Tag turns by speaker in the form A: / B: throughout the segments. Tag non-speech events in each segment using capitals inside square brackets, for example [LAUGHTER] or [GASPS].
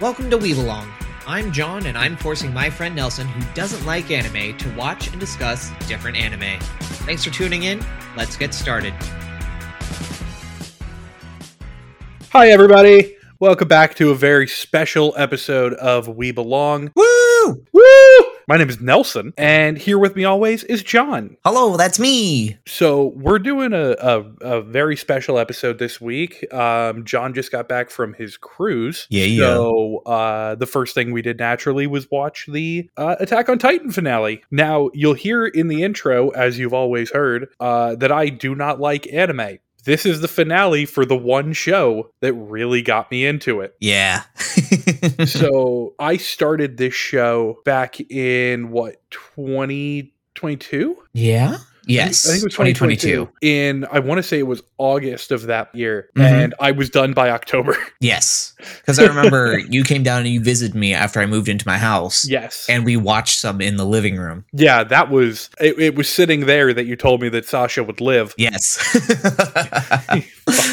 A: Welcome to Weed Along. I'm John, and I'm forcing my friend Nelson, who doesn't like anime, to watch and discuss different anime. Thanks for tuning in. Let's get started.
B: Hi, everybody. Welcome back to a very special episode of We Belong.
A: Woo!
B: Woo! My name is Nelson, and here with me always is John.
A: Hello, that's me.
B: So, we're doing a, a, a very special episode this week. Um, John just got back from his cruise.
A: Yeah,
B: So, uh, the first thing we did naturally was watch the uh, Attack on Titan finale. Now, you'll hear in the intro, as you've always heard, uh, that I do not like anime. This is the finale for the one show that really got me into it.
A: Yeah. [LAUGHS]
B: so I started this show back in what 2022?
A: yeah? Yes.
B: I think it was 2022. And I want to say it was August of that year
A: Mhm.
B: and I was done by October. [LAUGHS]
A: Yes. Because I remember [LAUGHS] you came down and you visited me after I moved into my house,
B: yes.
A: and we watched some in the living room.
B: yeah, that was it, it was sitting there that you told me that Sasha would live [LAUGHS]
A: Yes.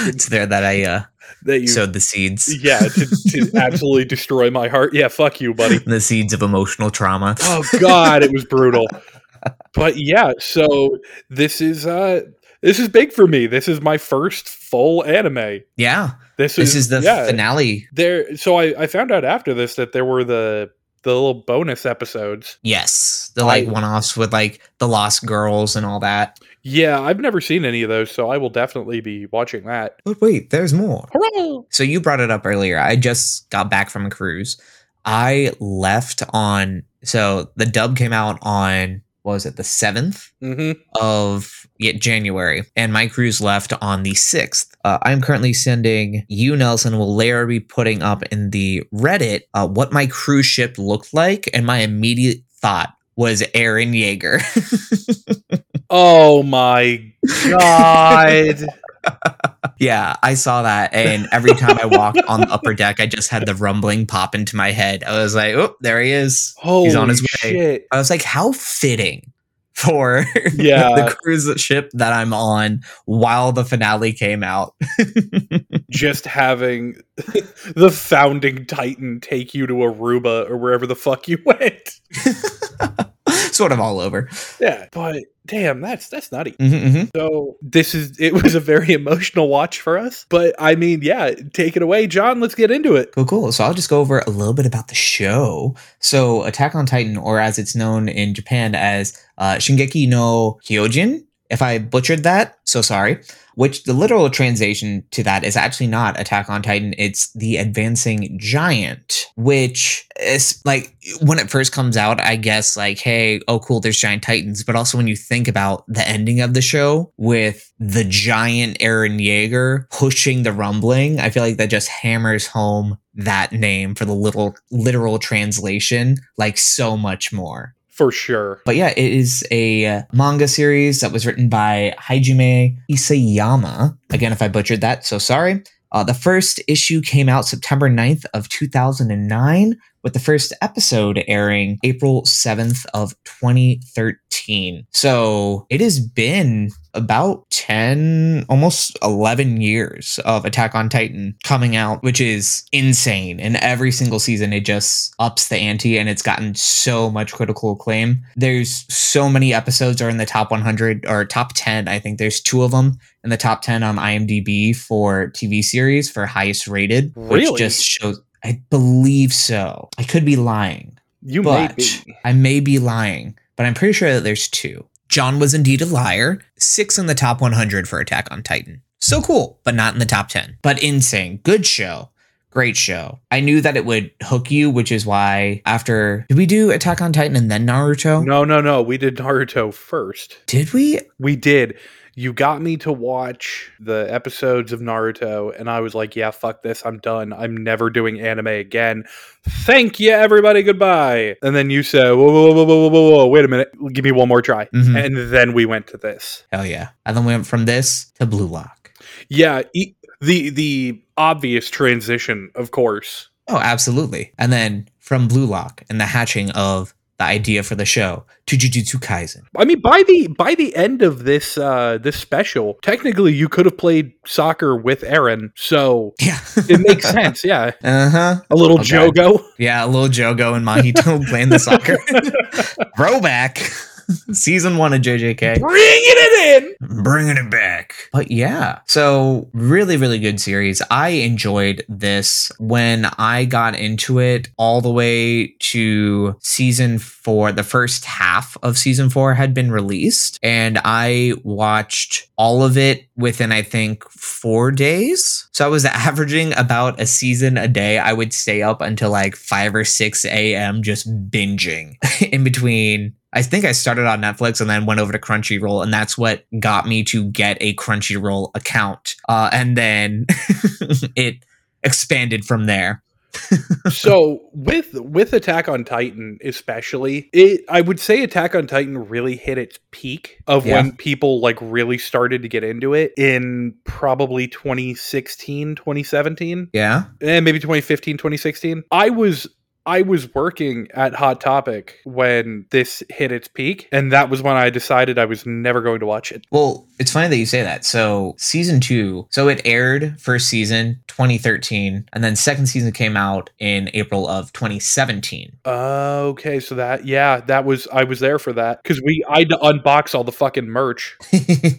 A: it's there that I uh,
B: that you
A: sowed the seeds.
B: [LAUGHS] yeah, to,
A: [LAUGHS]
B: to absolutely destroy my heart. Yeah, fuck you, buddy.
A: the seeds of emotional trauma.
B: oh god it was brutal but yeah so this is uh this is big for me this is my first full anime
A: Yeah,
B: this,
A: this is the
B: yeah,
A: finale.
B: there so I, I found out after this that there were the the little bonus episodes
A: Yes, the like
B: I-
A: one-offs with like the Lost Girls and all that.
B: yeah i've never seen any of those so i will definitely be watching that
A: But wait, there's more.
B: Hooray!
A: So you brought it up earlier. I just got back from a cruise. I left on so the dub came out on what was it the seventh
B: hmm
A: of yeah, January, and my cruise left on the sixth. Uh, I'm currently sending you, Nelson, will later be putting up in the Reddit uh, what my cruise ship looked like, and my immediate thought was Aaron Yeager. [LAUGHS]
B: oh my
A: [LAUGHS]
B: god
A: Yeah, I saw that, and every time I walked on the upper deck, I just had the rumbling pop into my head. I was like, "Oh, there he is."
B: holy
A: his way. [LAUGHS]
B: shit
A: I was like, "How fitting for
B: Yeah.
A: the cruise ship that I'm on while the finale came out." [LAUGHS]
B: just having [LAUGHS] the founding titan take you to Aruba or wherever the fuck you [LAUGHS] went.
A: sort of all over.
B: Yeah, but damn, that's that's nutty.
A: hmm hmm
B: So this is it was a very [LAUGHS] emotional watch for us, but I mean, yeah, take it away, John. Let's get into it.
A: Cool, cool. So I'll just go over a little bit about the show. So Attack on Titan, or as it's known in Japan as uh, Shingeki no Kyojin, if I butchered that, so sorry. Which the literal translation to that is actually not Attack on Titan; it's the Advancing Giant. Which is like when it first comes out, I guess like, hey, oh cool, there's giant titans. But also when you think about the ending of the show with the giant Aaron Yeager pushing the rumbling, I feel like that just hammers home that name for the little literal translation like so much more.
B: For sure.
A: But yeah, it is a uh, manga series that was written by Hajime Isayama. Again, if I butchered that, so sorry. Uh, the first issue came out September 9th of 2009, with the first episode airing April 7th of 2013. So it has been about 10, almost 11 years of Attack on Titan coming out, which is insane. And every single season, it just ups the ante and it's gotten so much critical acclaim. There's so many episodes are in the top 100 or top 10. I think there's two of them in the top 10 on IMDb for TV series for highest rated,
B: Really?
A: which just shows. I believe so. I could be lying.
B: You
A: But
B: may be.
A: I may be lying, but I'm pretty sure that there's two. John was indeed a liar. Six in the top 100 for Attack on Titan. So cool, but not in the top 10. But insane. Good show. Great show. I knew that it would hook you, which is why after. Did we do Attack on Titan and then Naruto?
B: No, no, no. We did Naruto first.
A: Did we?
B: We did. You got me to watch the episodes of Naruto, and I was like, yeah, fuck this. I'm done. I'm never doing anime again. Thank you, everybody. Goodbye. And then you said, whoa, whoa, whoa, whoa, whoa, whoa, whoa. Wait a minute. Give me one more try.
A: Mhm.
B: And then we went to this.
A: Hell yeah. And then we went from this to Blue Lock.
B: Yeah. E- the, the obvious transition, of course.
A: Oh, absolutely. And then from Blue Lock and the hatching of the idea for the show to Jujutsu Kaisen. [LAUGHS]
B: I mean, by the by the end of this uh, this special, technically you could have played soccer with Aaron, so
A: Yeah,
B: it makes
A: [LAUGHS]
B: sense. Yeah,
A: Uh huh.
B: a little
A: Okay.
B: Jogo.
A: Yeah, a little Jogo and Mahito playing the soccer. [LAUGHS] Throwback. [LAUGHS] Season one of JJK.
B: Bring it in.
A: bringing it back. But yeah, so really, really good series. I enjoyed this when I got into it all the way to season four. The first half of season four had been released, and I watched all of it within, I think, four days. So I was [LAUGHS] averaging about a season a day. I would stay up until like 5 or 6 a.m. just binging in between I think I started on Netflix and then went over to Crunchyroll, and that's what got me to get a Crunchyroll account. Uh, and then [LAUGHS] it expanded from there.
B: so with with attack on titan especially it i would say attack on titan really hit its peak of
A: Yeah.
B: when people like really started to get into it in probably 2016 2017
A: Yeah.
B: and Eh, maybe 2015 2016 i was I was working at Hot Topic when this hit its peak, and that was when I decided I was never going to watch it.
A: Well, it's funny that you say that. So, season two, so it aired first season 2013, and then second season came out in April of 2017.
B: okay, so that yeah, that was I was there for that because we I had to unbox all the fucking merch,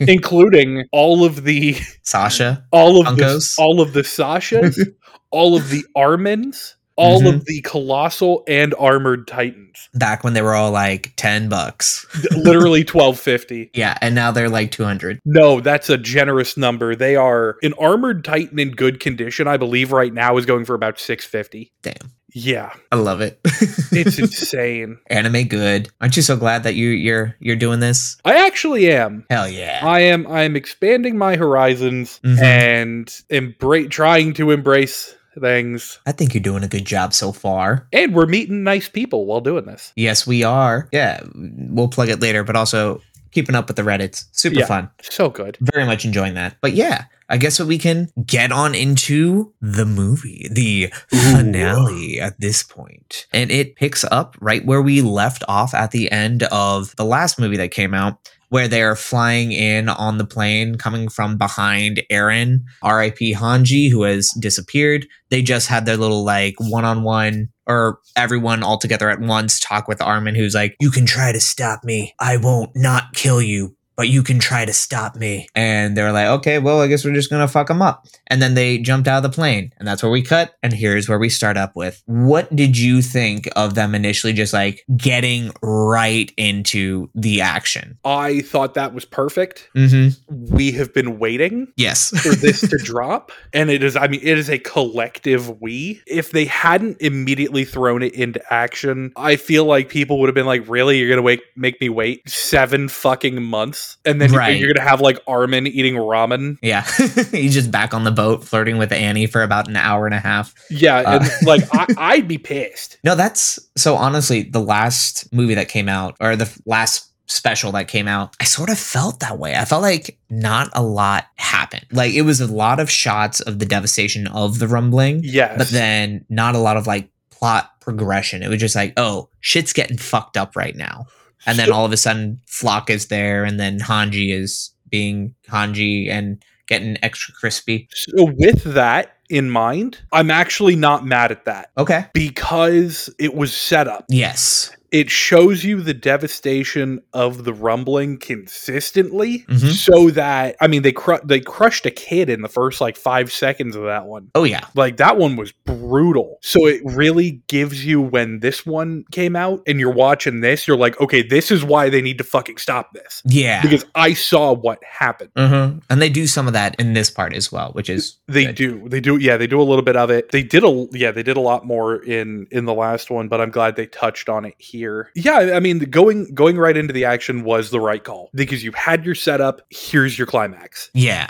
B: including all of the
A: [LAUGHS] Sasha.
B: all of the,
A: Funkos.
B: all of the Sashas, all of the Armins, all of the colossal and armored titans.
A: Back when they were all like 10 bucks.
B: Literally 1250.
A: Yeah. And now they're like 200.
B: No, that's a generous number. They are an armored titan in good condition, I believe right now is going for about 650.
A: Damn.
B: Yeah,
A: I love it. [LAUGHS]
B: it's insane. [LAUGHS]
A: anime good. Aren't you so glad that you you're you're doing this?
B: I actually am.
A: Hell yeah.
B: I am I am expanding my horizons
A: Mhm.
B: and embrace trying to embrace things.
A: I think you're doing a good job so far.
B: And we're meeting nice people while doing this.
A: Yes, we are. Yeah, we'll plug it later, but also keeping up with the Reddits. Super
B: Yeah.
A: fun.
B: So good.
A: Very much enjoying that. But yeah, I guess what we can get on into the movie, the
B: Ooh.
A: finale at this point. And it picks up right where we left off at the end of the last movie that came out. Where they're flying in on the plane coming from behind Aaron, RIP Hanji, who has disappeared. They just had their little like one on one or everyone all together at once talk with Armin, who's like, You can try to stop me. I won't not kill you, but you can try to stop me. And they were like, okay, well, I guess we're just going to fuck them up. And then they jumped out of the plane. And that's where we cut. And here's where we start up with what did you think of them initially just like getting right into the action?
B: I thought that was perfect.
A: Mm hmm.
B: we have been waiting
A: Yes.
B: for this to drop and it is i mean it is a collective we if they hadn't immediately thrown it into action i feel like people would have been like really you're gonna wait make me wait seven fucking months and then
A: Right.
B: you're gonna have like armin eating ramen
A: [LAUGHS] yeah. [LAUGHS] He's just back on the boat flirting with Annie for about an hour and a half.
B: yeah and
A: Uh.
B: [LAUGHS] like I, i'd be pissed
A: No, that's so honestly, the last movie that came out or the f- last special that came out, I sort of felt that way. I felt like not a lot happened. Like it was a lot of shots of the devastation of the rumbling,
B: yes
A: but then not a lot of like plot progression. It was just like, oh, shit's getting fucked up right now. And then all of a sudden, Flock is there, and then Hanji is being Hanji and getting extra crispy.
B: so with that in mind i'm actually not mad at that
A: Okay.
B: because it was set up
A: Yes.
B: it shows you the devastation of the rumbling consistently
A: Mhm.
B: so that i mean they cru- they crushed a kid in the first like 5 seconds of that one
A: Oh, yeah.
B: like that one was brutal so it really gives you when this one came out and you're watching this you're like okay this is why they need to fucking stop this
A: Yeah.
B: because i saw what happened
A: hmm And they do some of that in this part as well, which is
B: they
A: good.
B: do they do yeah they do a little bit of it they did a yeah they did a lot more in in the last one but i'm glad they touched on it here yeah i mean the going going right into the action was the right call because you had your setup here's your climax
A: Yeah.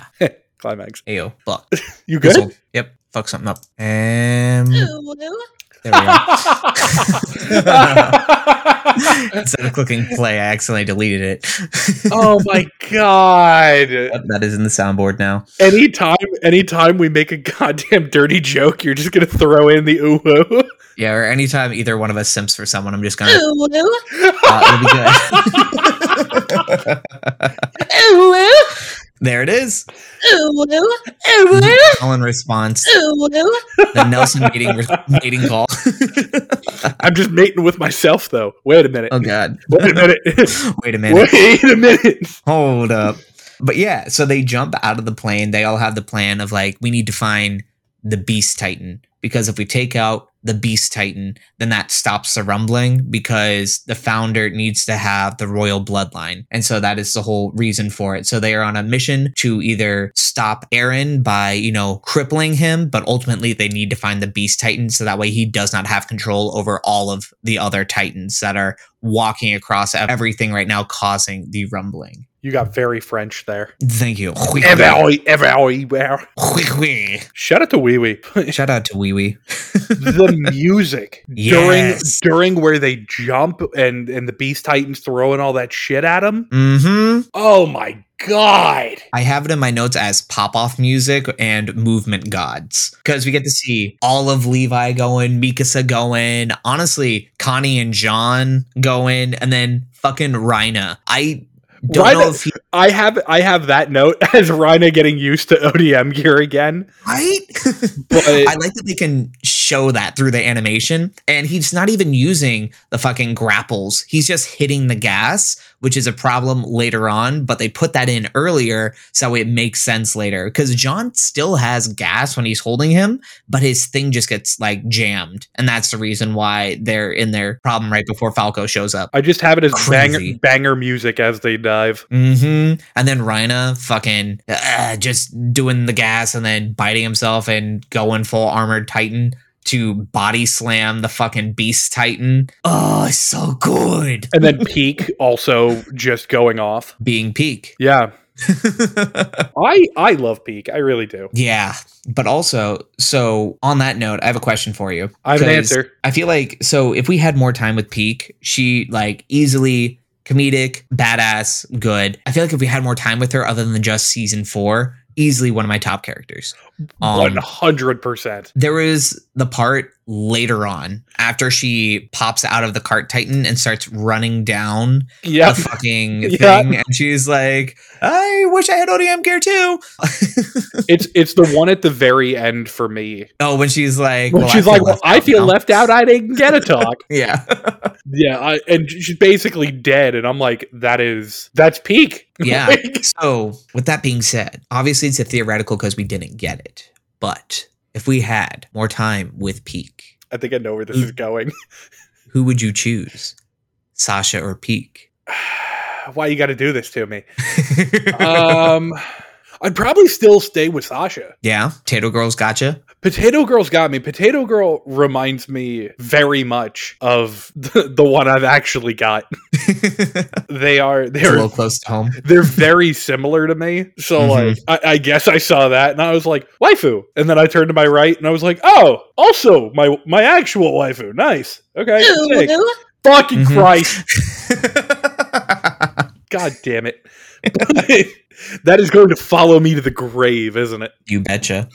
B: climax
A: Ew. Fuck.
B: you [LAUGHS] good
A: Fizzled. Yep. Fuck something up.
B: [LAUGHS]
A: Um. There we go. Instead of clicking play, I accidentally deleted it.
B: [LAUGHS] oh my god.
A: Yep, that is in the soundboard now.
B: Anytime anytime we make a goddamn dirty joke, you're just gonna throw in the ooh.
A: Yeah, or anytime either one of us simps for someone, I'm just gonna. Uh, it'll be
B: [LAUGHS]
A: good. there it is. Call in response. The Nelson meeting meeting call.
B: [LAUGHS]
A: [LAUGHS]
B: I'm just mating with myself though. Wait a minute.
A: oh God.
B: Wait a minute.
A: Wait a minute.
B: Wait a minute.
A: Hold up. But yeah, so they jump out of the plane. They all have the plan of like, we need to find the Beast Titan because if we take out the Beast Titan, then that stops the rumbling because the founder needs to have the royal bloodline. And so that is the whole reason for it. So they are on a mission to either stop Aaron by, you know, crippling him, but ultimately they need to find the Beast Titan so that way he does not have control over all of the other Titans that are walking across everything right now, causing the rumbling.
B: You got very French there.
A: Thank you. Hui, hui.
B: Every, every, every.
A: Hui, hui.
B: Shout out to Wee Wee.
A: Shout out to Wee Wee.
B: the music
A: Yes.
B: during during where they jump and and the Beast Titans throwing all that shit at them.
A: hmm
B: Oh my god!
A: I have it in my notes as pop off music and movement gods because we get to see all of Levi going, Mikasa going, honestly, Connie and John going, and then fucking Rhina. I don't
B: Rhina-
A: know if he.
B: I have I have that note [LAUGHS] as Rhina getting used to ODM gear again.
A: Right? [LAUGHS]
B: But
A: I like that they can show that through the animation. And he's not even using the fucking grapples. He's just hitting the gas, which is a problem later on, but they put that in earlier so it makes sense later. Because John still has gas when he's holding him, but his thing just gets like jammed. And that's the reason why they're in their problem right before Falco shows up.
B: I just have it as banger
A: Crazy.
B: banger music as they dive.
A: hmm And then Rhina fucking uh, just doing the gas and then biting himself and going full armored Titan to body slam the fucking Beast Titan. Oh, it's so good. [LAUGHS]
B: And then Peak also just going off.
A: Being
B: [LAUGHS]
A: peak.
B: Yeah. I I love Peak. I really do.
A: yeah. But also, so on that note, I have a question for you.
B: I have an
A: 'Cause
B: answer.
A: I feel like so if we had more time with Peak, she like easily comedic, badass, good. I feel like if we had more time with her other than just season four, easily one of my top characters. Um,
B: One hundred percent.
A: there is the part later on after she pops out of the cart titan and starts running down
B: Yep.
A: the fucking
B: [LAUGHS] Yeah.
A: thing and she's like i wish i had odm gear too [LAUGHS]
B: It's it's the one at the very end for me.
A: oh when she's like
B: Well,
A: "Well,
B: she's
A: feel
B: like, well,
A: left
B: I
A: out
B: feel
A: now."
B: left out. I didn't get a talk.
A: [LAUGHS] yeah
B: yeah, I, and she's basically dead. And I'm like, that is that's peak. [LAUGHS]
A: yeah
B: Like,
A: so with that being said obviously it's a theoretical because we didn't get it but if we had more time with peak
B: I think I know where this is going.
A: who would you choose sasha or peak
B: [SIGHS] Why you got to do this to
A: [LAUGHS]
B: me? Um, I'd probably still stay with Sasha.
A: yeah tato girls gotcha [LAUGHS]
B: Potato Girl's got me. Potato Girl reminds me very much of [LAUGHS] the, the one I've actually got.
A: it's
B: They are
A: a
B: they're
A: little close to home [LAUGHS]
B: they're very similar to me. So
A: Mhm.
B: like I, I guess I saw that and I was like, waifu. And then I turned to my right and I was like, oh, also my my actual waifu. Nice. Okay. sick. Fucking
A: Mhm.
B: Christ. God
A: [LAUGHS]
B: damn it. [LAUGHS] that is going to follow me to the grave, isn't it?
A: you betcha.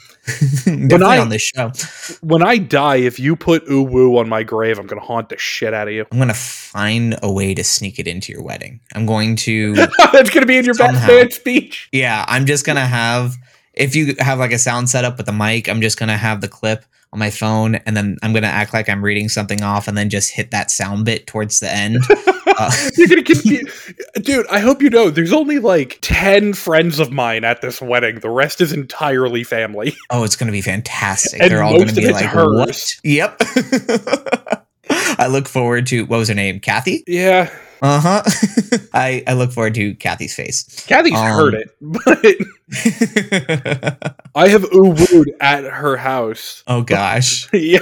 A: Definitely
B: I-
A: on this show,
B: When I die, if you put ooh woo on my grave, I'm gonna haunt the shit out of you. [LAUGHS]
A: I'm gonna find a way to sneak it into your wedding. I'm going to,
B: That's gonna be in your best
A: Somehow.
B: man speech.
A: yeah, I'm just gonna have. If you have like a sound setup with a mic, I'm just gonna have the clip on my phone, and then I'm gonna act like I'm reading something off, and then just hit that sound bit towards the
B: [LAUGHS]
A: end. Uh,
B: You're gonna continue. [LAUGHS] Dude, I hope you know there's only like 10 friends of mine at this wedding. The rest is entirely family. [LAUGHS]
A: oh, it's gonna be fantastic.
B: And
A: They're all
B: most
A: gonna be
B: of it's
A: like, "What?"
B: hers.
A: Yep. [LAUGHS] I look forward to what was her name, Kathy. Uh-huh.
B: Yeah.
A: [LAUGHS] Uh huh. I I look forward to Kathy's face. [LAUGHS]
B: Kathy's
A: Um,
B: heard it, [LAUGHS] but I have uwooed at her house. [LAUGHS]
A: oh gosh.
B: yeah,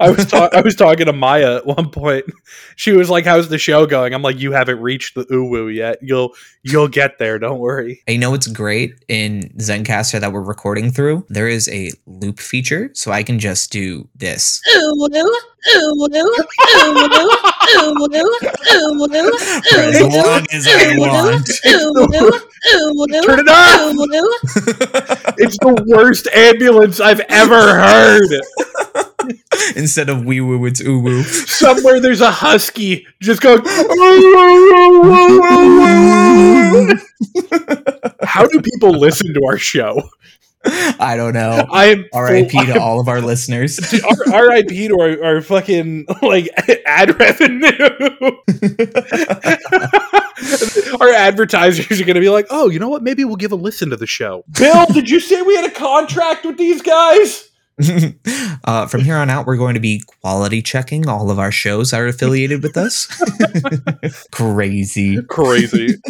B: I was ta- I was talking to Maya at one point. She was like, "How's the show going?" I'm like, "You haven't reached the uwu yet. You'll you'll get there. Don't worry."
A: I know it's great in Zencaster that we're recording through. There is a loop feature, so I can just do this.
C: Ooh, ooh, ooh, ooh, ooh, ooh, ooh, ooh.
A: For
C: [LAUGHS]
A: as long as I want.
B: Turn it off! It's the worst ambulance I've ever heard.
A: Instead of wee woo, it's oo woo.
B: Somewhere there's a husky just going. How do people listen to our show?
A: I don't know.
B: I am
A: RIP
B: I am
A: to all of our listeners. [LAUGHS]
B: Dude, [LAUGHS] R- RIP to our, our fucking like ad revenue. [LAUGHS] our advertisers are going to be like, oh, you know what? Maybe we'll give a listen to the show. Bill, did you say we had a contract with these guys?
A: uh, from here on out, we're going to be quality checking all of our shows that are affiliated with us. [LAUGHS] Crazy.
B: Crazy. [LAUGHS]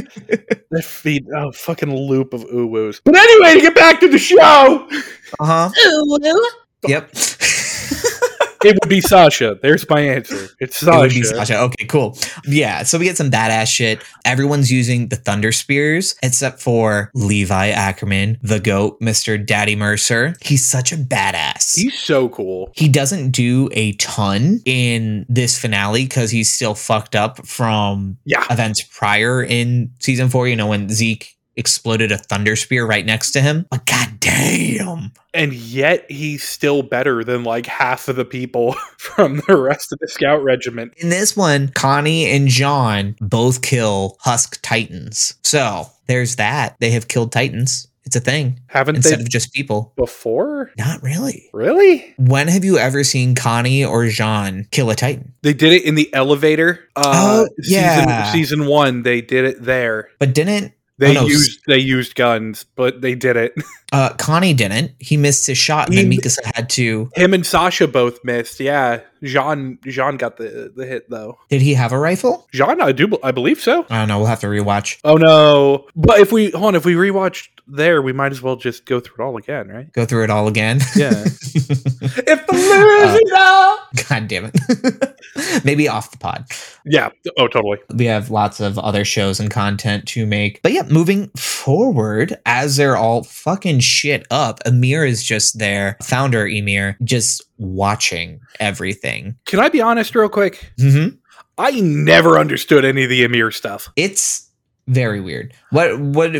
B: that feed, oh, fucking loop of uwoos. But anyway, to get back to the show,
A: Uh huh. Yep. [LAUGHS]
B: it would be Sasha. There's my answer. It's
A: It
B: Sasha.
A: would be Sasha. Okay, cool. Yeah, so we get some badass shit. Everyone's using the Thunder Spears, except for Levi Ackerman, the GOAT, Mr. Daddy Mercer. He's such a badass.
B: He's so cool.
A: He doesn't do a ton in this finale because he's still fucked up from
B: Yeah.
A: events prior in season four, you know, when Zeke exploded a thunder spear right next to him. But god damn.
B: and yet he's still better than like half of the people [LAUGHS] from the rest of the scout regiment.
A: In this one, Connie and John both kill Husk Titans. So there's that. They have killed Titans. It's a thing.
B: Haven't
A: Instead
B: they
A: of just people.
B: before?
A: Not really.
B: Really?
A: When have you ever seen Connie or Jean kill a Titan?
B: They did it in the elevator. Uh,
A: Oh, yeah.
B: season, season one. They did it there.
A: But didn't
B: They
A: Oh, no.
B: used they used guns, but they did it.
A: uh Connie didn't. He missed his shot and then
B: He-
A: Mikasa had to
B: Him and Sasha both missed. Yeah, Jean Jean got the the hit though.
A: did he have a rifle?
B: Jean, I do be- I believe so.
A: I don't know, we'll have to rewatch.
B: Oh no! But if we hold on, if we rewatched there, we might as well just go through it all again, right?
A: Go through it all again.
B: Yeah. if the losers all-
A: [LAUGHS] God damn it. [LAUGHS] Maybe off the pod.
B: Yeah. Oh, totally.
A: We have lots of other shows and content to make. But yeah, moving forward, as they're all fucking shit up, Emir is just there, founder Emir, just watching everything.
B: Can I be honest, real quick?
A: Mhm.
B: I never understood any of the Emir stuff.
A: It's very weird. What, what,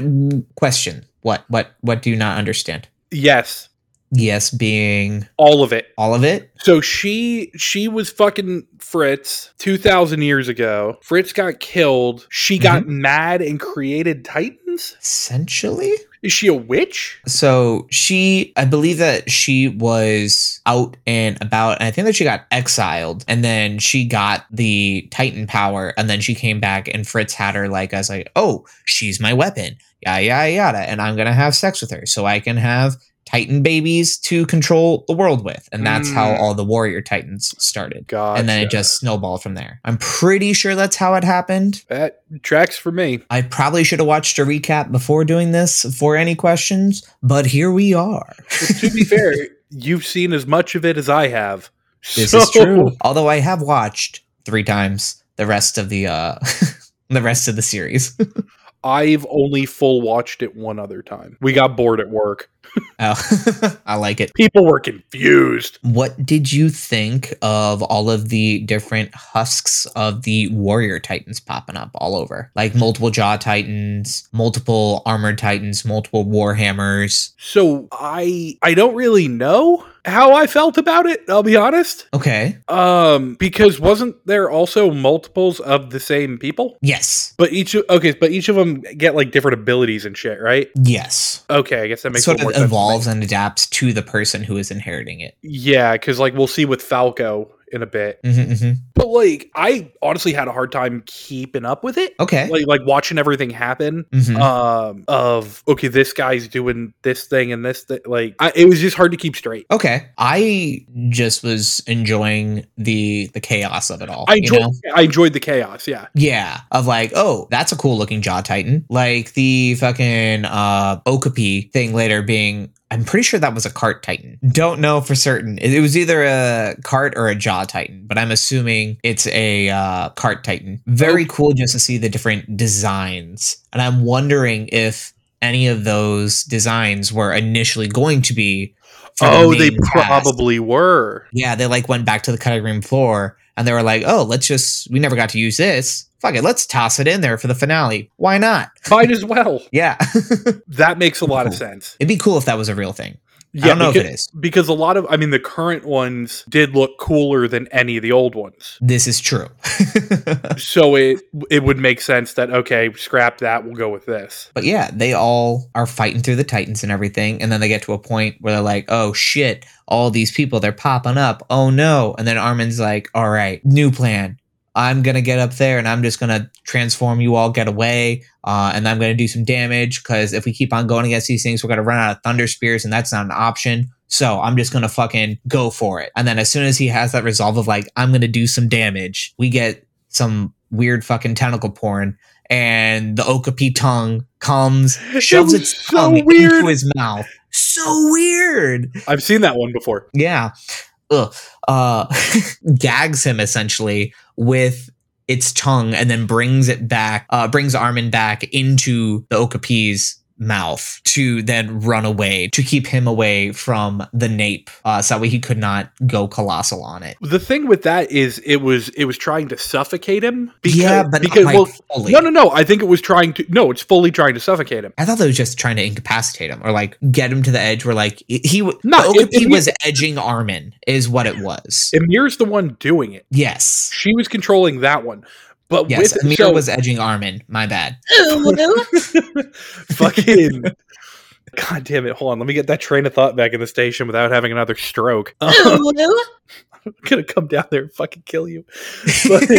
A: question? What, what, what do you not understand?
B: Yes,
A: Yes, being
B: all of it.
A: all of it.
B: So she she was fucking Fritz two thousand years ago. Fritz got killed. She got mad and created Titans.
A: Essentially,
B: Is she a witch?
A: So she, I believe that she was out and about, and I think that she got exiled, and then she got the Titan power, and then she came back, and Fritz had her like as like, oh, she's my weapon, yada yada yada, and I'm gonna have sex with her so I can have Titan babies to control the world with, and that's how
B: Mm.
A: all the warrior Titans started,
B: God.
A: and then it just snowballed from there. I'm pretty sure that's how it happened.
B: that tracks for me.
A: I probably should have watched a recap before doing this for any questions, but here we are.
B: [LAUGHS] to be fair, you've seen as much of it as I have.
A: This
B: So-
A: is true. Although I have watched three times the rest of the uh [LAUGHS] the rest of the series. [LAUGHS]
B: I've only full watched it one other time. We got bored at work.
A: Oh, [LAUGHS] I like it.
B: People were confused.
A: What did you think of all of the different husks of the warrior titans popping up all over? Like multiple jaw titans, multiple armored titans, multiple warhammers.
B: So I I don't really know how I felt about it, I'll be honest.
A: Okay.
B: Um because wasn't there also multiples of the same people?
A: Yes.
B: But each of- okay, but each of them get like different abilities and shit, right?
A: Yes.
B: Okay, I guess that makes
A: sort
B: a
A: of
B: little more sense to me.
A: evolves and adapts to the person who is inheriting it.
B: Yeah, because like we'll see with Falco in a bit.
A: Mhm, mhm.
B: But like, I honestly had a hard time keeping up with it.
A: Okay.
B: Like, like watching everything happen.
A: Mhm.
B: Um, of okay, this guy's doing this thing and this thing. Like, I, it was just hard to keep straight.
A: Okay. I just was enjoying the the chaos of it all.
B: I
A: Oh, you
B: enjoyed,
A: know?
B: I enjoyed the chaos. Yeah,
A: Yeah, of like, oh, that's a cool looking jaw titan. Like the fucking uh Okapi thing later being I'm pretty sure that was a cart titan. Don't know for certain. It it was either a cart or a jaw titan, but I'm assuming it's a uh, cart titan.
B: Oh.
A: Very cool just to see the different designs. And I'm wondering if any of those designs were initially going to be for the
B: oh, they
A: main cast.
B: probably were.
A: Yeah, they like went back to the cutting room floor and they were like, oh, let's just, we never got to use this. Fuck it, let's toss it in there for the finale. Why not?
B: Might as well.
A: Yeah. [LAUGHS] It'd
B: That makes a lot of
A: Cool.
B: sense.
A: be cool if that was a real thing.
B: Yeah,
A: I don't know
B: because,
A: if it is.
B: because a lot of, I mean, the current ones did look cooler than any of the old ones.
A: This is true. [LAUGHS]
B: So it it would make sense that okay, scrap that. We'll go with this.
A: but yeah, they all are fighting through the Titans and everything. And then they get to a point where they're like, oh shit, all these people, they're popping up. Oh no. And then Armin's like, all right, new plan. I'm going to get up there and I'm just going to transform you all, get away. Uh, and I'm going to do some damage because if we keep on going against these things, we're going to run out of Thunder Spears and that's not an option. So I'm just going to fucking go for it. And then as soon as he has that resolve of like, I'm going to do some damage, we get some weird fucking tentacle porn and the Okapi tongue
B: [LAUGHS]
A: comes, shoves
B: was
A: its
B: so
A: tongue
B: weird.
A: into his mouth. So weird.
B: I've seen that one before.
A: Yeah. Ugh. Uh, [LAUGHS] gags him essentially with its tongue and then brings it back, uh, brings Armin back into the Okapi's mouth to then run away, to keep him away from the nape. Uh, so that way he could not go colossal on it.
B: The thing with that is it was it was trying to suffocate him.
A: yeah, but not
B: because
A: like
B: well,
A: fully.
B: no, no, no. I think it was trying to. No, it's fully trying to suffocate him.
A: I thought they was just trying to incapacitate him or like get him to the edge where like he, he w-
B: No,
A: the
B: it-
A: Okapi
B: it-
A: was edging Armin is what it was.
B: Amir's the one doing it.
A: yes.
B: She was controlling that one. But
A: Yes,
B: with
A: Amir
B: so-
A: was [LAUGHS] edging Armin. My bad.
C: ooh,
B: [LAUGHS] fucking [LAUGHS] god damn it hold on let me get that train of thought back in the station without having another stroke [LAUGHS] i'm
C: ooh,
B: gonna come down there and fucking kill you [LAUGHS] but,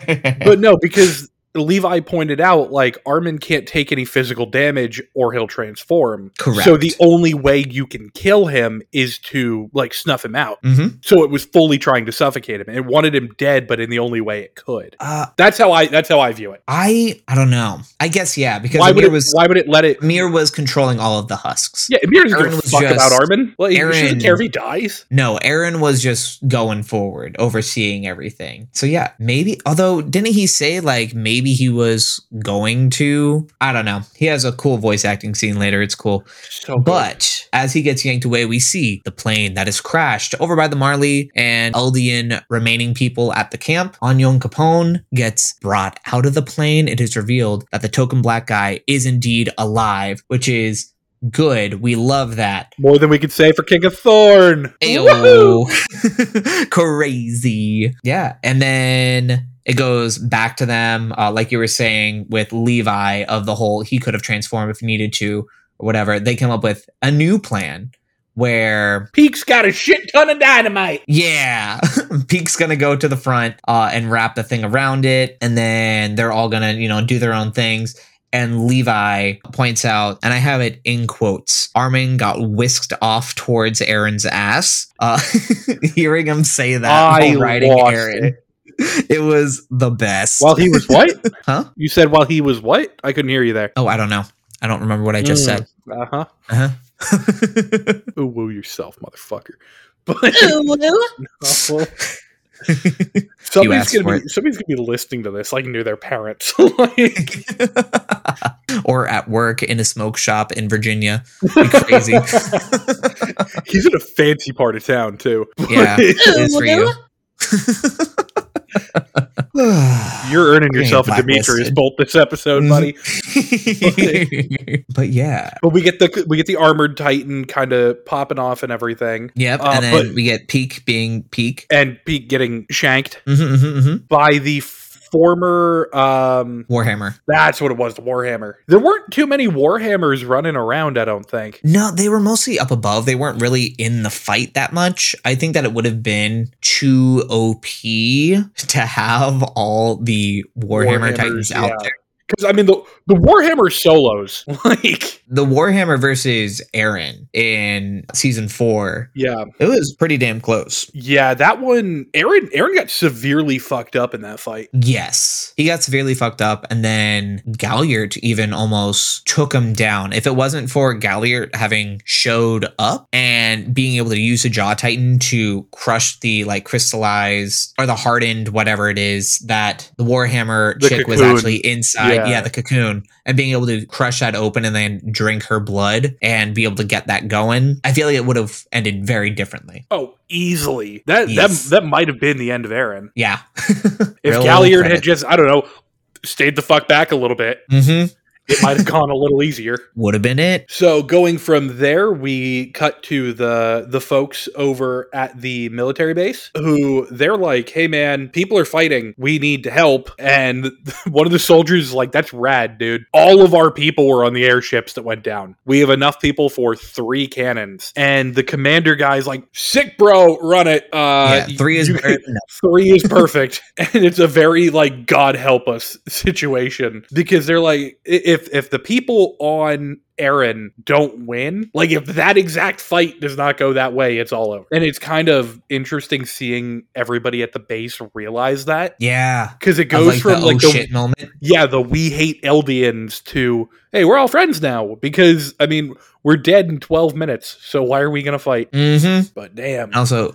B: [LAUGHS] but no because levi pointed out like armin can't take any physical damage or he'll transform so
A: Correct.
B: the only way you can kill him is to like snuff him out
A: hmm
B: so it was fully trying to suffocate him it wanted him dead but in the only way it could
A: Uh,
B: that's how i that's how i view it
A: I I don't know. I guess yeah, because
B: why would
A: Amir
B: it
A: was
B: why would it let it
A: Amir was controlling all of the husks.
B: yeah, Amir doesn't give
A: Aaron
B: a
A: was
B: fuck about
A: just-
B: Armin. Like, he
A: Aaron-
B: doesn't care if he dies.
A: No, Aaron was just going forward, overseeing everything. So yeah, maybe. Although didn't he say like maybe he was going to? I don't know. He has a cool voice acting scene later. It's cool.
B: So good.
A: But as he gets yanked away, we see the plane that has crashed over by the Marley and Eldian remaining people at the camp. Anyon Capone gets brought out of the plane. It is revealed that the token black guy is indeed alive, which is good. We love that.
B: more than we could say for King of Thorn.
A: Ayo. [LAUGHS] Crazy. Yeah. And then it goes back to them, uh, like you were saying with Levi, of the whole he could have transformed if needed to, or whatever. They come up with a new plan where
B: Peek's got a shit ton of
A: [LAUGHS]
B: dynamite.
A: yeah, Peek's gonna go to the front uh, and wrap the thing around it, and then they're all gonna, you know, do their own things. And Levi points out, and I have it in quotes: Armin got whisked off towards Aaron's ass. Uh, [LAUGHS] hearing him say that
B: I
A: while riding
B: lost
A: Aaron, [LAUGHS] it. was the best.
B: While he was what?
A: huh?
B: You said while he was what? I couldn't hear you there.
A: Oh, I don't know. I don't remember what I just
B: Mm.
A: said.
B: Uh huh.
A: Uh-huh.
B: Ooh, woo yourself, motherfucker. [LAUGHS] But
C: ooh,
B: somebody's
A: asked for
B: gonna be somebody's gonna be listening to this like knew their parents. [LAUGHS] like
A: [LAUGHS] or at work in a smoke shop in Virginia. Be
B: [LAUGHS]
A: crazy.
B: he's in a fancy part of town too. [LAUGHS]
A: Yeah. It's for you.
B: You're earning
A: You're
B: yourself a
A: getting
B: Demetrius
A: blacklisted.
B: Bolt this episode,
A: Mhm.
B: buddy.
A: [LAUGHS] but yeah.
B: But we get the we get the armored titan kind of popping off and everything,
A: Yep.
B: Uh,
A: and then
B: but-
A: we get Peak Mm-hmm, being Peak.
B: and Pete getting shanked
A: Mhm, mhm, mhm.
B: by the former um
A: Warhammer.
B: that's what it was, the Warhammer. There weren't too many Warhammers running around, I don't think.
A: No, they were mostly up above. They weren't really in the fight that much. I think that it would have been too OP to have all the Warhammer
B: Warhammers,
A: Titans out
B: yeah.
A: there.
B: Because I mean the the Warhammer solos, [LAUGHS] like
A: The Warhammer versus Aaron in season four,
B: yeah,
A: it was pretty damn close.
B: yeah, that one. Aaron Aaron got severely fucked up in that fight.
A: Yes. He got severely fucked up, and then Galliard even almost took him down. If it wasn't for Galliard having showed up and being able to use the Jaw Titan to crush the like crystallized or the hardened whatever it is that the Warhammer
B: The
A: chick was
B: cocoon.
A: actually inside.
B: Yeah.
A: yeah, the cocoon. And being able to crush that open and then drink her blood and be able to get that going, I feel like it would have ended very differently.
B: Oh, easily. That
A: Yes.
B: that that might have been the end of Aaron.
A: Yeah. [LAUGHS]
B: If
A: Real
B: Galliard
A: credit.
B: had just, I don't know, stayed the fuck back a little bit,
A: Mhm.
B: it might have gone a little easier.
A: would have been it.
B: So going from there, we cut to the the folks over at the military base who they're like, "Hey man, people are fighting. We need help." And [LAUGHS] one of the soldiers is like, "That's rad, dude. All of our people were on the airships that went down. We have enough people for three cannons." And the commander guy's like, "Sick, bro. Run it. Uh,
A: yeah, three is
B: you- [LAUGHS]
A: better than
B: three is perfect [LAUGHS] and it's a very like god help us situation because they're like i- if if the people on Aaron don't win like if that exact fight does not go that way it's all over and it's kind of interesting seeing everybody at the base realize that
A: Yeah.
B: because it
A: Of,
B: goes from
A: the
B: like
A: oh
B: the
A: shit moment.
B: yeah the we hate Eldians to hey we're all friends now because I mean we're dead in 12 minutes so why are we gonna fight
A: Mm-hmm.
B: but damn
A: Also,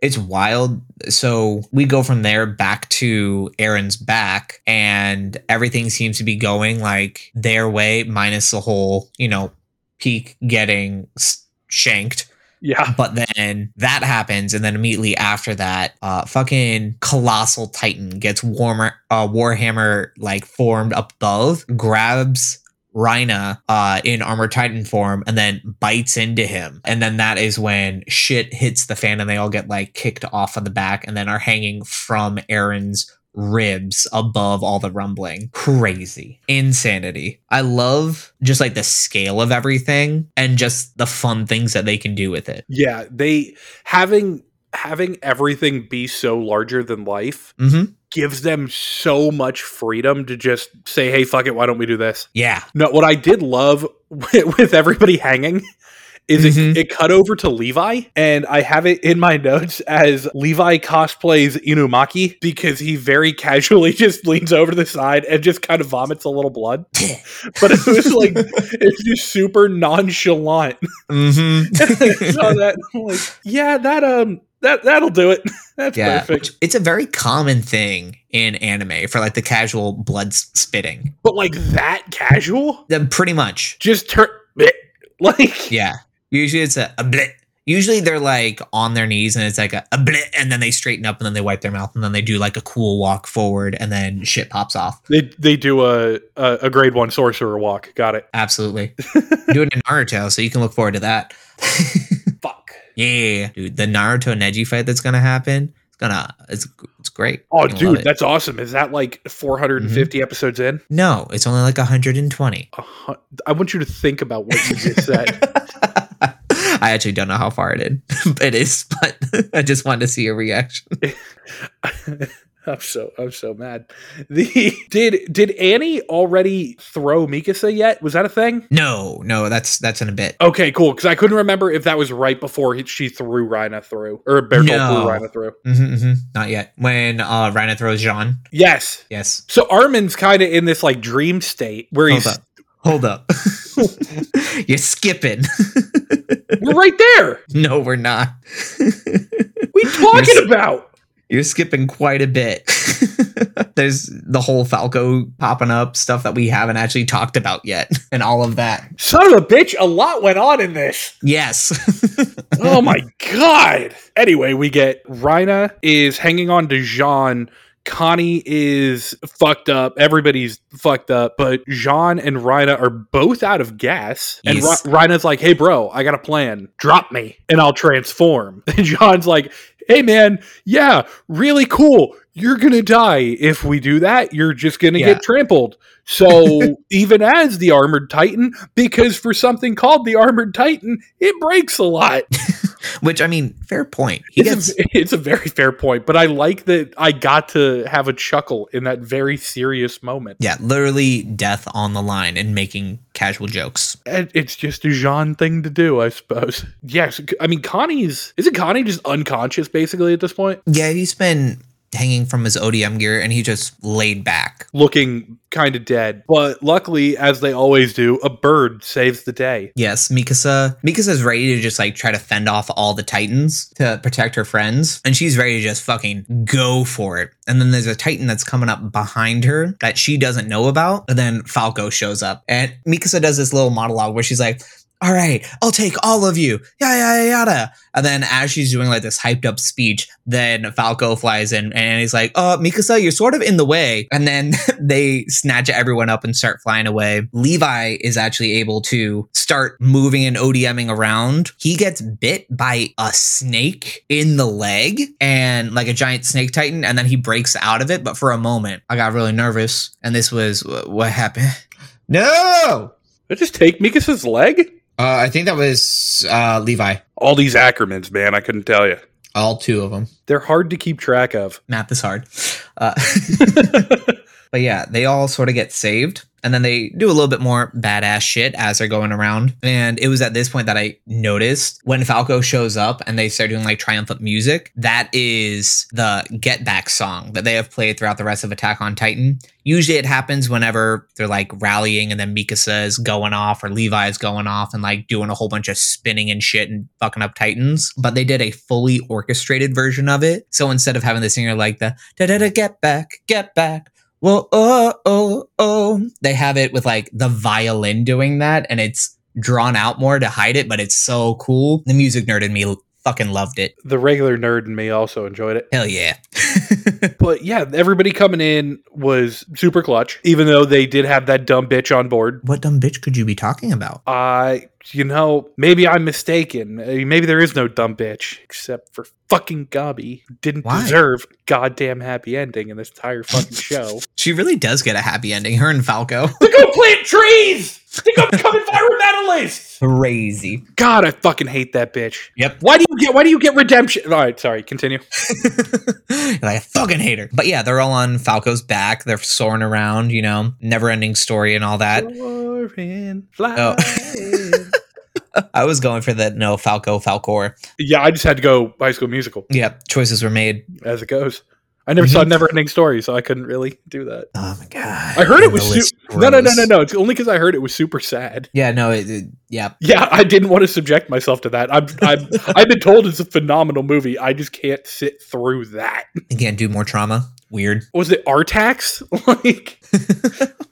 A: it's wild. So we go from there back to Aaron's back, and everything seems to be going like their way, minus the whole, you know, peak getting s- shanked.
B: yeah
A: But then that happens, and then immediately after that, uh, fucking colossal titan gets warmer, uh, Warhammer like formed up above, grabs Rhina uh, in armored titan form, and then bites into him, and then that is when shit hits the fan, and they all get like kicked off of the back, and then are hanging from Aaron's ribs above all the rumbling. Crazy. Insanity. I love just like the scale of everything and just the fun things that they can do with it.
B: Yeah, they having having everything be so larger than life
A: Mm-hmm.
B: gives them so much freedom to just say, "Hey, fuck it, why don't we do this?"
A: Yeah.
B: No, what I did love [LAUGHS] with, with everybody hanging is
A: Mhm.
B: it, it cut over to Levi, and I have it in my [LAUGHS] notes as Levi cosplays Inumaki because he very [LAUGHS] casually just leans over to the side and just kind of vomits a little blood. But it was like it's just super nonchalant.
A: [LAUGHS] mm-hmm.
B: [LAUGHS] saw that. I'm like, yeah, that um, that that'll do it. [LAUGHS] That's
A: yeah.
B: perfect.
A: Which- It's a very common thing in anime for like the casual blood s- spitting.
B: But like that casual,
A: Then pretty much.
B: just turn [LAUGHS] like
A: Yeah. Usually it's a, a blit. Usually they're like on their knees and it's like a, a blit and then they straighten up and then they wipe their mouth and then they do like a cool walk forward and then shit pops off.
B: they they do a, a a grade one sorcerer walk. Got it.
A: Absolutely. Do it in Naruto, so you can look forward to that. [LAUGHS]
B: Fuck.
A: yeah, dude, the Naruto Neji fight that's gonna happen. It's gonna, it's, it's great.
B: Oh,
A: You're gonna love
B: dude,
A: it. Mm-hmm.
B: that's awesome. Is that like 450 episodes in?
A: no, it's only like 120.
B: A hun- I want you to think about what you just said.
A: [LAUGHS] I actually don't know how far it in [LAUGHS] it is, but [LAUGHS] I just wanted to see your reaction.
B: [LAUGHS] I'm so I'm so mad. The [LAUGHS] did did Annie already throw Mikasa yet? Was that a thing?
A: No, no, that's that's in a bit.
B: Okay, cool. Because I couldn't remember if that was right before he, she threw Rhina through or Bertolt
A: No.
B: threw Rhina through.
A: hmm hmm Not yet. When uh Rhino throws Jean,
B: Yes.
A: yes.
B: So Armin's kind of in this like dream state where
A: Hold
B: he's
A: up, hold up. [LAUGHS] You're skipping.
B: [LAUGHS]
A: [LAUGHS]
B: we're right there.
A: no, we're not. [LAUGHS]
B: We talking
A: You're s-
B: about.
A: You're skipping quite a bit. [LAUGHS] There's the whole Falco popping up stuff that we haven't actually talked about yet, [LAUGHS] and all of that.
B: Son of a bitch, a lot went on in this.
A: Yes. [LAUGHS]
B: Oh [LAUGHS] my god. Anyway, we get Rhina is hanging on to Jean. Connie is fucked up. Everybody's fucked up, but Jean and Rhina are both out of gas. And
A: Yes.
B: Ri- Rhina's like, hey, bro, I got a plan. Drop [LAUGHS] me and I'll transform. And Jean's like, hey, man, yeah, really cool. you're gonna die if we do that. You're just gonna
A: Yeah.
B: get trampled. So [LAUGHS] even as the armored titan, because for something called the armored titan, it breaks a lot.
A: Which I mean, fair point. He gets
B: It's a, [LAUGHS] it's a very fair point, but I like that I got to have a chuckle in that very serious moment.
A: yeah, literally death on the line and making casual jokes.
B: And it's just a Jean thing to do, I suppose. [LAUGHS] Yes, I mean Connie's isn't Connie just unconscious basically at this point,
A: Yeah, he's been hanging from his ODM gear and he just laid back.
B: looking kind of dead. But luckily, as they always do, a bird saves the day.
A: Yes, Mikasa. Mikasa's ready to just like try to fend off all the titans to protect her friends, and she's ready to just fucking go for it. And then there's a titan that's coming up behind her that she doesn't know about. And then Falco shows up, and Mikasa does this little monologue where she's like, "All right, I'll take all of you, yada yada yada." And then as she's doing like this hyped up speech, then Falco flies in and he's like, "Uh, Mikasa, you're sort of in the way." And then [LAUGHS] they snatch everyone up and start flying away. Levi is actually able to start moving and ODMing around. He gets bit by a snake in the leg and like a giant snake titan, and then he breaks out of it. But for a moment, I got really nervous, and this was wh- what happened. No,
B: Did I just take Mikasa's leg?
A: uh, I think that was uh, Levi.
B: All these Ackermans, man, I couldn't tell you.
A: All two of them.
B: They're hard to keep track of.
A: Math is hard. Uh, [LAUGHS] But yeah, they all sort of get saved. And then they do a little bit more badass shit as they're going around. And it was at this point that I noticed when Falco shows up and they start doing like triumphant music. That is the Get Back song that they have played throughout the rest of Attack on Titan. Usually it happens whenever they're like rallying and then Mikasa is going off or Levi is going off and like doing a whole bunch of spinning and shit and fucking up Titans. But they did a fully orchestrated version of it. So instead of having the singer like the da da da get back, get back, well, oh, oh, oh. They have it with like the violin doing that, and it's drawn out more to hide it, but it's so cool. The music nerd in me fucking loved it.
B: The regular nerd in me also enjoyed it.
A: Hell yeah. [LAUGHS]
B: But yeah, everybody coming in was super clutch, even though they did have that dumb bitch on board.
A: what dumb bitch could you be talking about?
B: I, you know, maybe I'm mistaken. Uh, Maybe there is no dumb bitch, except for fucking Gobby. Didn't
A: Why?
B: deserve goddamn happy ending in this
A: [LAUGHS]
B: entire fucking show.
A: She really does get a happy ending, her and Falco.
B: to go plant trees! To go become
A: [LAUGHS]
B: environmentalists!
A: Crazy.
B: God, I fucking hate that bitch.
A: Yep.
B: Why do you get? Why do you get redemption? All right, sorry. Continue.
A: like, I fucking hate her. But yeah, they're all on Falco's back. They're soaring around, you know, never ending story and all that.
B: Soaring,
A: Oh.
B: flying. [LAUGHS]
A: I was going for the no Falco, Falcor.
B: yeah, I just had to go High School Musical
A: Yep. Choices were made.
B: as it goes. I never saw Never Ending Story, so I couldn't really do that.
A: Oh my God.
B: I heard it
A: And
B: was
A: the
B: su-
A: list
B: no, no, no,
A: grows.
B: no, no. It's only because I heard it was super sad.
A: Yeah, no, it, it- yeah.
B: Yeah, I didn't want to subject myself to that. I've I've, I've been told it's a phenomenal movie. I just can't sit through that.
A: Again, do more trauma. Weird.
B: Was it Artax? [LAUGHS] Like,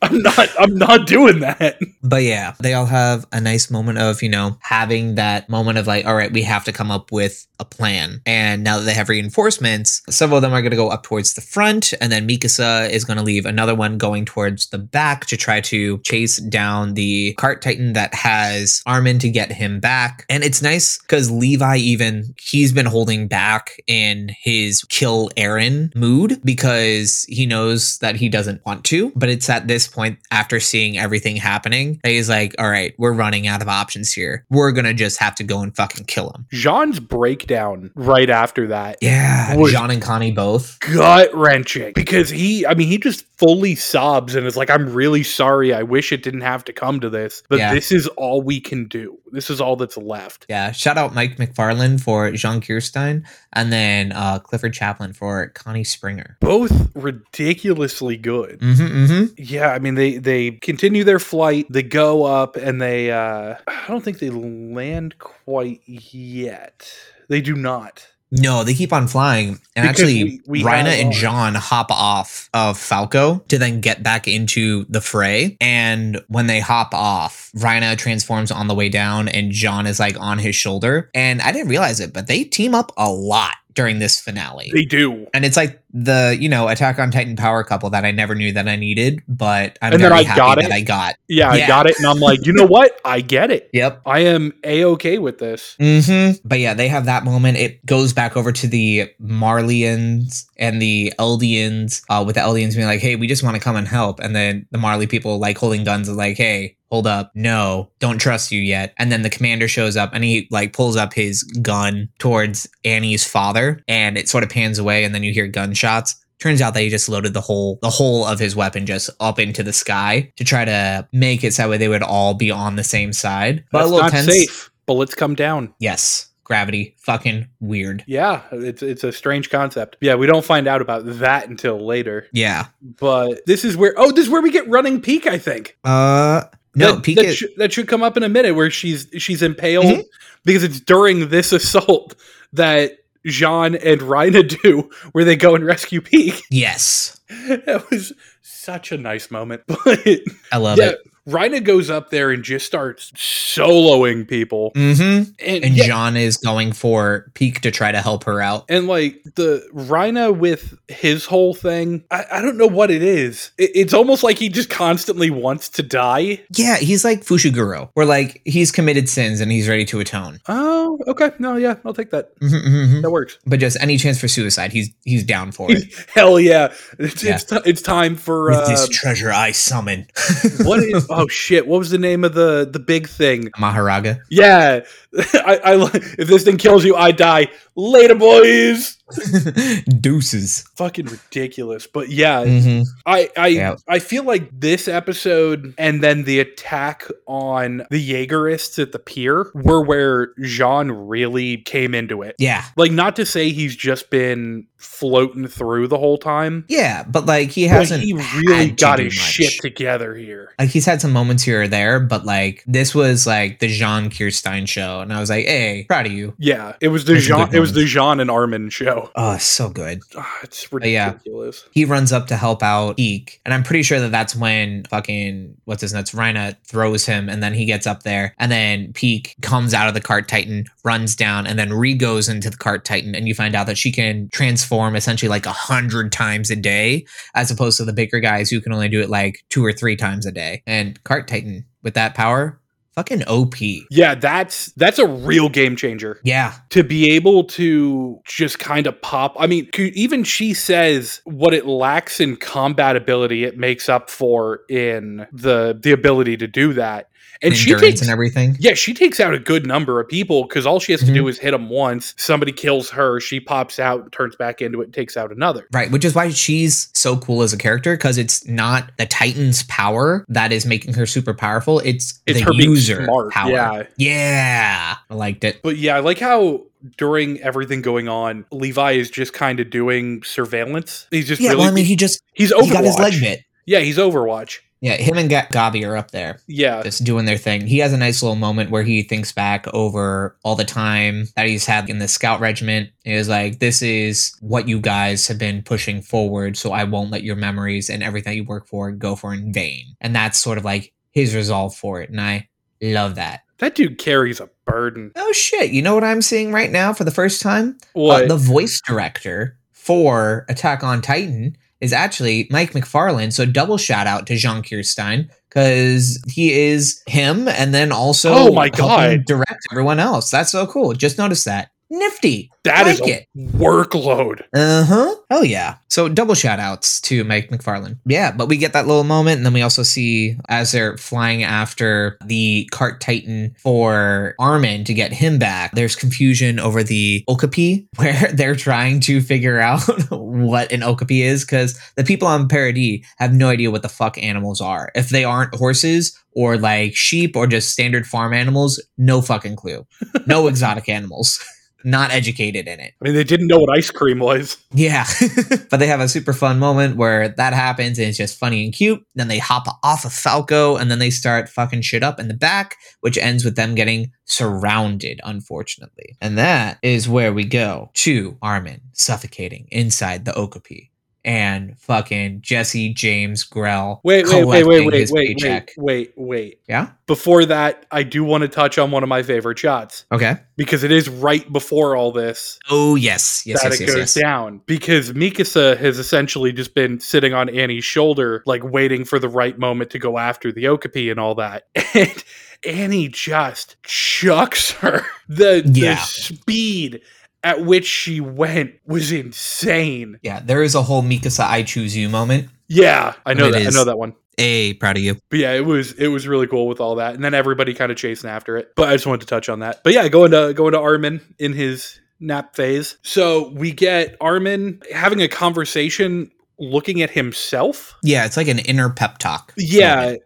B: I'm not I'm not doing that.
A: But yeah, they all have a nice moment of, you know, having that moment of like, all right, we have to come up with a plan. And now that they have reinforcements, several of them are going to go up towards the front. And then Mikasa is going to leave another one going towards the back to try to chase down the cart titan that has Armin to get him back. And it's nice because Levi, even he's been holding back in his kill Aaron mood because he knows that he doesn't want to. But it's at this point, after seeing everything happening, that he's like, all right, we're running out of options here. We're going to just have to go and fucking kill him.
B: Jean's breakdown right after that
A: Yeah.
B: Would-
A: John and Connie both.
B: gut wrenching because he I mean he just fully sobs and is like I'm really sorry I wish it didn't have to come to this but
A: Yeah.
B: this is all we can do this is all that's left
A: Yeah. Shout out Mike McFarlane for Jean Kirstein and then uh, Clifford Chaplin for Connie Springer.
B: both ridiculously good
A: Mm hmm. Mm hmm.
B: yeah I mean they they continue their flight they go up and they uh I don't think they land quite yet they do not
A: No, they keep on flying. And
B: Because
A: actually,
B: we- we
A: Rhina
B: have
A: and
B: all-
A: John hop off of Falco to then get back into the fray. And when they hop off, Rhina transforms on the way down and John is like on his shoulder. And I didn't realize it, but they team up a lot during this finale.
B: they do
A: and it's like the you know Attack on Titan power couple that I never knew that I needed, but I'm
B: And then
A: very
B: I
A: happy
B: got
A: that
B: it.
A: I got.
B: Yeah,
A: Yeah.
B: I got it. And I'm like, you know what? I get it.
A: Yep.
B: I am a okay with this.
A: hmm
B: Mm-hmm.
A: But yeah, they have that moment. It goes back over to the Marlians and the Eldians, uh, with the Eldians being like, "Hey, we just want to come and help," and then the Marley people like holding guns and like, "Hey, hold up, no, don't trust you yet." And then the commander shows up and he like pulls up his gun towards Annie's father, and it sort of pans away, and then you hear gunshots. Turns out that he just loaded the whole the whole of his weapon just up into the sky to try to make it so that way they would all be on the same side. But
B: That's
A: a little
B: not
A: tense.
B: safe. Bullets come down.
A: Yes, gravity. Fucking weird.
B: Yeah, it's it's a strange concept. Yeah, we don't find out about that until later.
A: Yeah.
B: But this is where oh, this is where we get running peak. I think.
A: Uh, no,
B: that,
A: Pika.
B: that, should- that should come up in a minute where she's she's impaled
A: Mhm.
B: because it's during this assault that Jean and Rhina [LAUGHS] do where they go and rescue Peak. [LAUGHS]
A: yes,
B: That was such a nice moment. [LAUGHS] But
A: I love
B: yeah,
A: it.
B: Rhina goes up there and just starts soloing people.
A: Mm-hmm.
B: And,
A: And
B: yeah,
A: John is going for Peak to try to help her out.
B: and like the Rhina with his whole thing, I, I don't know what it is. It, it's almost like he just constantly wants to die.
A: Yeah, he's like Fushiguro, where like he's committed sins and he's ready to atone.
B: Oh, okay. No, yeah, I'll take that.
A: Mhm, mhm, mhm.
B: That works.
A: But just any chance for suicide, he's he's down for it.
B: [LAUGHS] Hell yeah. It's,
A: Yeah.
B: It's, ti- it's time for.
A: With
B: Uh,
A: this treasure I
B: [LAUGHS]
A: summon, [LAUGHS]
B: what is. Oh, shit. What was the name of the, the big thing?
A: Maharaga. [LAUGHS]
B: Yeah. [LAUGHS] I, I li- If this thing kills you, I die. Later, boys.
A: Deuces.
B: Fucking ridiculous. But yeah,
A: Mhm.
B: I I,
A: Yeah.
B: I feel like this episode and then the attack on the Jaegerists at the pier were where Jean really came into it.
A: Yeah,
B: Like, not to say he's just been floating through the whole time,
A: yeah, but like he
B: but
A: hasn't.
B: he really
A: had to
B: got
A: do
B: his
A: much.
B: shit together here.
A: like he's had some moments here or there, but like this was like the Jean Kirstein show, and I was like, hey, proud of you.
B: Yeah, it was the
A: Those are
B: Jean,
A: good
B: it was
A: ones.
B: the Jean and Armin show.
A: Oh, so good.
B: Ah, it's
A: yeah.
B: ridiculous.
A: He runs up to help out Eek, and I'm pretty sure that that's when fucking what's his nuts Rhina throws him, and then he gets up there, and then Peak comes out of the cart Titan, runs down, and then re goes into the cart Titan, and you find out that she can transform essentially like a hundred times a day, as opposed to the bigger guys who can only do it like two or three times a day. And cart Titan with that power, fucking OP.
B: Yeah, that's that's a real game changer.
A: Yeah,
B: to be able to just kind of pop. I mean, c- even she says what it lacks in combat ability, it makes up for in the the ability to do that. And she
A: endurance
B: takes
A: and everything.
B: yeah, she takes out a good number of people because all she has to
A: Mhm.
B: do is hit them once. Somebody kills her, she pops out, turns back into it, takes out another.
A: Right, which is why she's so cool as a character because it's not the Titan's power that is making her super powerful. It's,
B: It's
A: the
B: her being
A: user
B: smart.
A: power.
B: Yeah.
A: Yeah, I liked it.
B: But yeah, I like how during everything going on, Levi is just kind of doing surveillance. He's just
A: yeah,
B: really
A: well, I mean, he just
B: he's Overwatch.
A: he got his leg bit.
B: Yeah, he's Overwatch.
A: Yeah, him and Ga- Gabi are up there
B: Yeah.
A: just doing their thing. He has a nice little moment where he thinks back over all the time that he's had in the scout regiment. It was like, this is what you guys have been pushing forward, so I won't let your memories and everything you work for go for in vain. And that's sort of like his resolve for it. And I love that.
B: That dude carries a burden.
A: Oh shit, you know what I'm seeing right now for the first time?
B: What?
A: Uh, the voice director for Attack on Titan is actually Mike McFarlane. So double shout out to Jean Kirstein because he is him and then also
B: Oh my
A: helping
B: God.
A: direct everyone else. That's so cool. Just notice that. Nifty.
B: that is
A: like
B: a workload.
A: Uh-huh. Hell yeah. So double shout outs to Mike McFarlane. Yeah, but we get that little moment, and then we also see as they're flying after the cart titan for Armin to get him back, there's confusion over the Okapi, [LAUGHS] where they're trying to figure out [LAUGHS] what an Okapi is, because the people on Paradis have no idea what the fuck animals are. If they aren't horses or like sheep or just standard farm animals, no fucking clue. No exotic animals. [LAUGHS] Not educated in it.
B: I mean, they didn't know what ice cream was.
A: Yeah. [LAUGHS] but they have a super fun moment where that happens and it's just funny and cute. Then they hop off of Falco and then they start fucking shit up in the back, which ends with them getting surrounded, unfortunately. And that is where we go to Armin suffocating inside the Okapi. and fucking Jesse James Grell.
B: Wait, wait, wait, wait,
A: collecting
B: wait,
A: his
B: wait, wait,
A: paycheck.
B: wait, wait.
A: Yeah?
B: Before that, I do want to touch on one of my favorite shots
A: Okay.
B: because it is right before all this
A: Oh yes, yes,
B: that
A: yes,
B: it
A: yes,
B: goes
A: yes.
B: down. Because Mikasa has essentially just been sitting on Annie's shoulder, like waiting for the right moment to go after the Okapi and all that. [LAUGHS] And Annie just chucks her. The,
A: Yeah.
B: the speed at which she went was insane.
A: Yeah, there is a whole Mikasa I choose you moment.
B: Yeah, I know
A: It
B: that. I
A: is.
B: know that one.
A: Hey, proud of you.
B: But yeah, it was it was really cool with all that, and then everybody kind of chasing after it. But I just wanted to touch on that. But yeah, going to going to Armin in his nap phase. So we get Armin having a conversation, looking at himself.
A: Yeah, it's like an inner pep talk.
B: Yeah,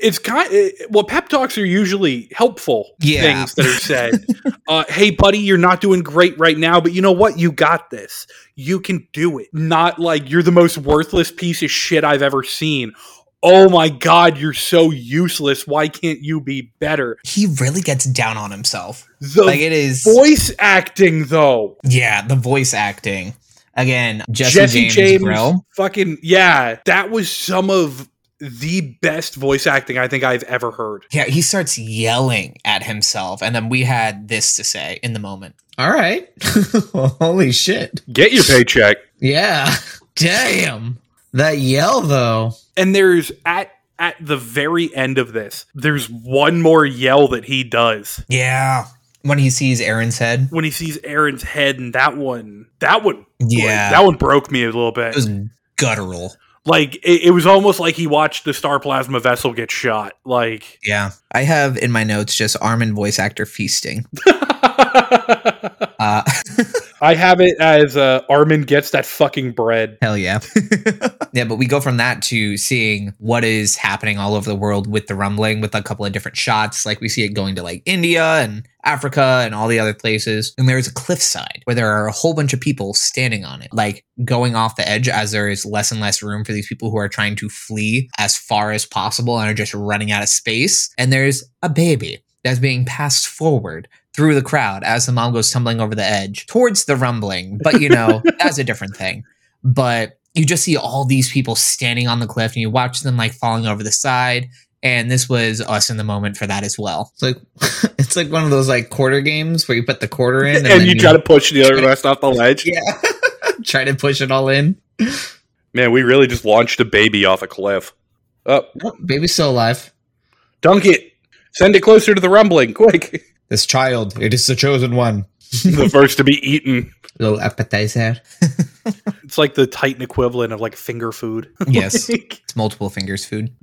B: it's kind. well, pep talks are usually helpful
A: Yeah.
B: things that are
A: [LAUGHS]
B: said. uh, hey, buddy, you're not doing great right now, but you know what? You got this. You can do it. Not like you're the most worthless piece of shit I've ever seen. Oh my god, you're so useless. Why can't you be better?
A: He really gets down on himself.
B: The
A: Like it is
B: voice acting, though.
A: Yeah, the voice acting. Again, Jesse,
B: Jesse
A: James,
B: James.
A: Grell.
B: Fucking yeah, that was some of the best voice acting I think I've ever heard.
A: Yeah, he starts yelling at himself, and then we had this to say in the moment. All right. [LAUGHS] Holy shit.
B: Get your paycheck.
A: Yeah. Damn. That yell though.
B: and there's at at the very end of this there's one more yell that he does
A: Yeah. When he sees Aaron's head.
B: when he sees aaron's head and that one that one
A: Yeah.
B: that one broke me a little
A: it
B: bit
A: was guttural.
B: like it, it was almost like he watched the star plasma vessel get shot
A: [LAUGHS]
B: like
A: Yeah. I have in my notes just Armin voice actor feasting. Uh [LAUGHS]
B: i have it as uh, armin gets that fucking bread
A: Hell yeah. [LAUGHS] yeah, but we go from that to seeing what is happening all over the world with the rumbling with a couple of different shots. Like we see it going to like India and Africa and all the other places. And there is a cliffside where there are a whole bunch of people standing on it, like going off the edge as there is less and less room for these people who are trying to flee as far as possible and are just running out of space. And there's a baby that's being passed forward. Through the crowd as the mom goes tumbling over the edge towards the rumbling. But
D: [LAUGHS]
A: you know, that's a different thing but you just see all these people standing on the cliff and you watch them like falling over the side and this was us in the moment for that as well
D: It's like [LAUGHS] it's like one of those like quarter games where you put the quarter in and,
B: and
D: then
B: you try to push the other rest off the ledge
D: [LAUGHS] yeah [LAUGHS] try to push it all in.
B: man we really just launched a baby off a cliff uh,
D: Oh, baby's still alive.
B: dunk it send it closer to the rumbling quick
D: This child, it is the chosen one.
B: the first to be eaten
D: Little appetizer.
B: It's like the Titan equivalent of like finger food.
A: [LAUGHS]
B: [LAUGHS]
A: yes
B: Like,
A: it's multiple fingers food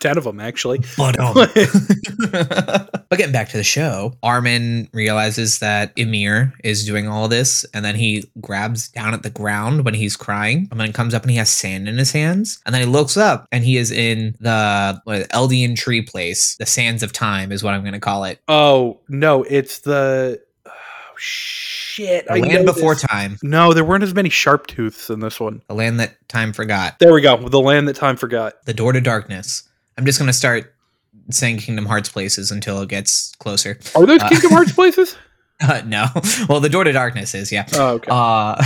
B: Ten of them, [LAUGHS] actually.
A: but um
D: [LAUGHS]
A: [LAUGHS] but getting back to the show armin realizes that emir is doing all this and then he grabs down at the ground when he's crying and then comes up and he has sand in his hands and then he looks up and he is in the what, eldian tree place the sands of time is what i'm going to call it
B: Oh no, it's the oh, shit.
A: the land before
B: time.
A: time
B: No, there weren't as many sharp tooths in this one.
A: the land that time forgot
B: There we go. The land that time forgot.
A: the door to darkness. I'm just gonna start saying Kingdom Hearts places until it gets closer. [LAUGHS]
B: Are those
A: Uh,
B: Kingdom Hearts places?
A: Uh, no, [LAUGHS] well, the door to darkness is yeah.
B: Oh, okay.
A: Uh,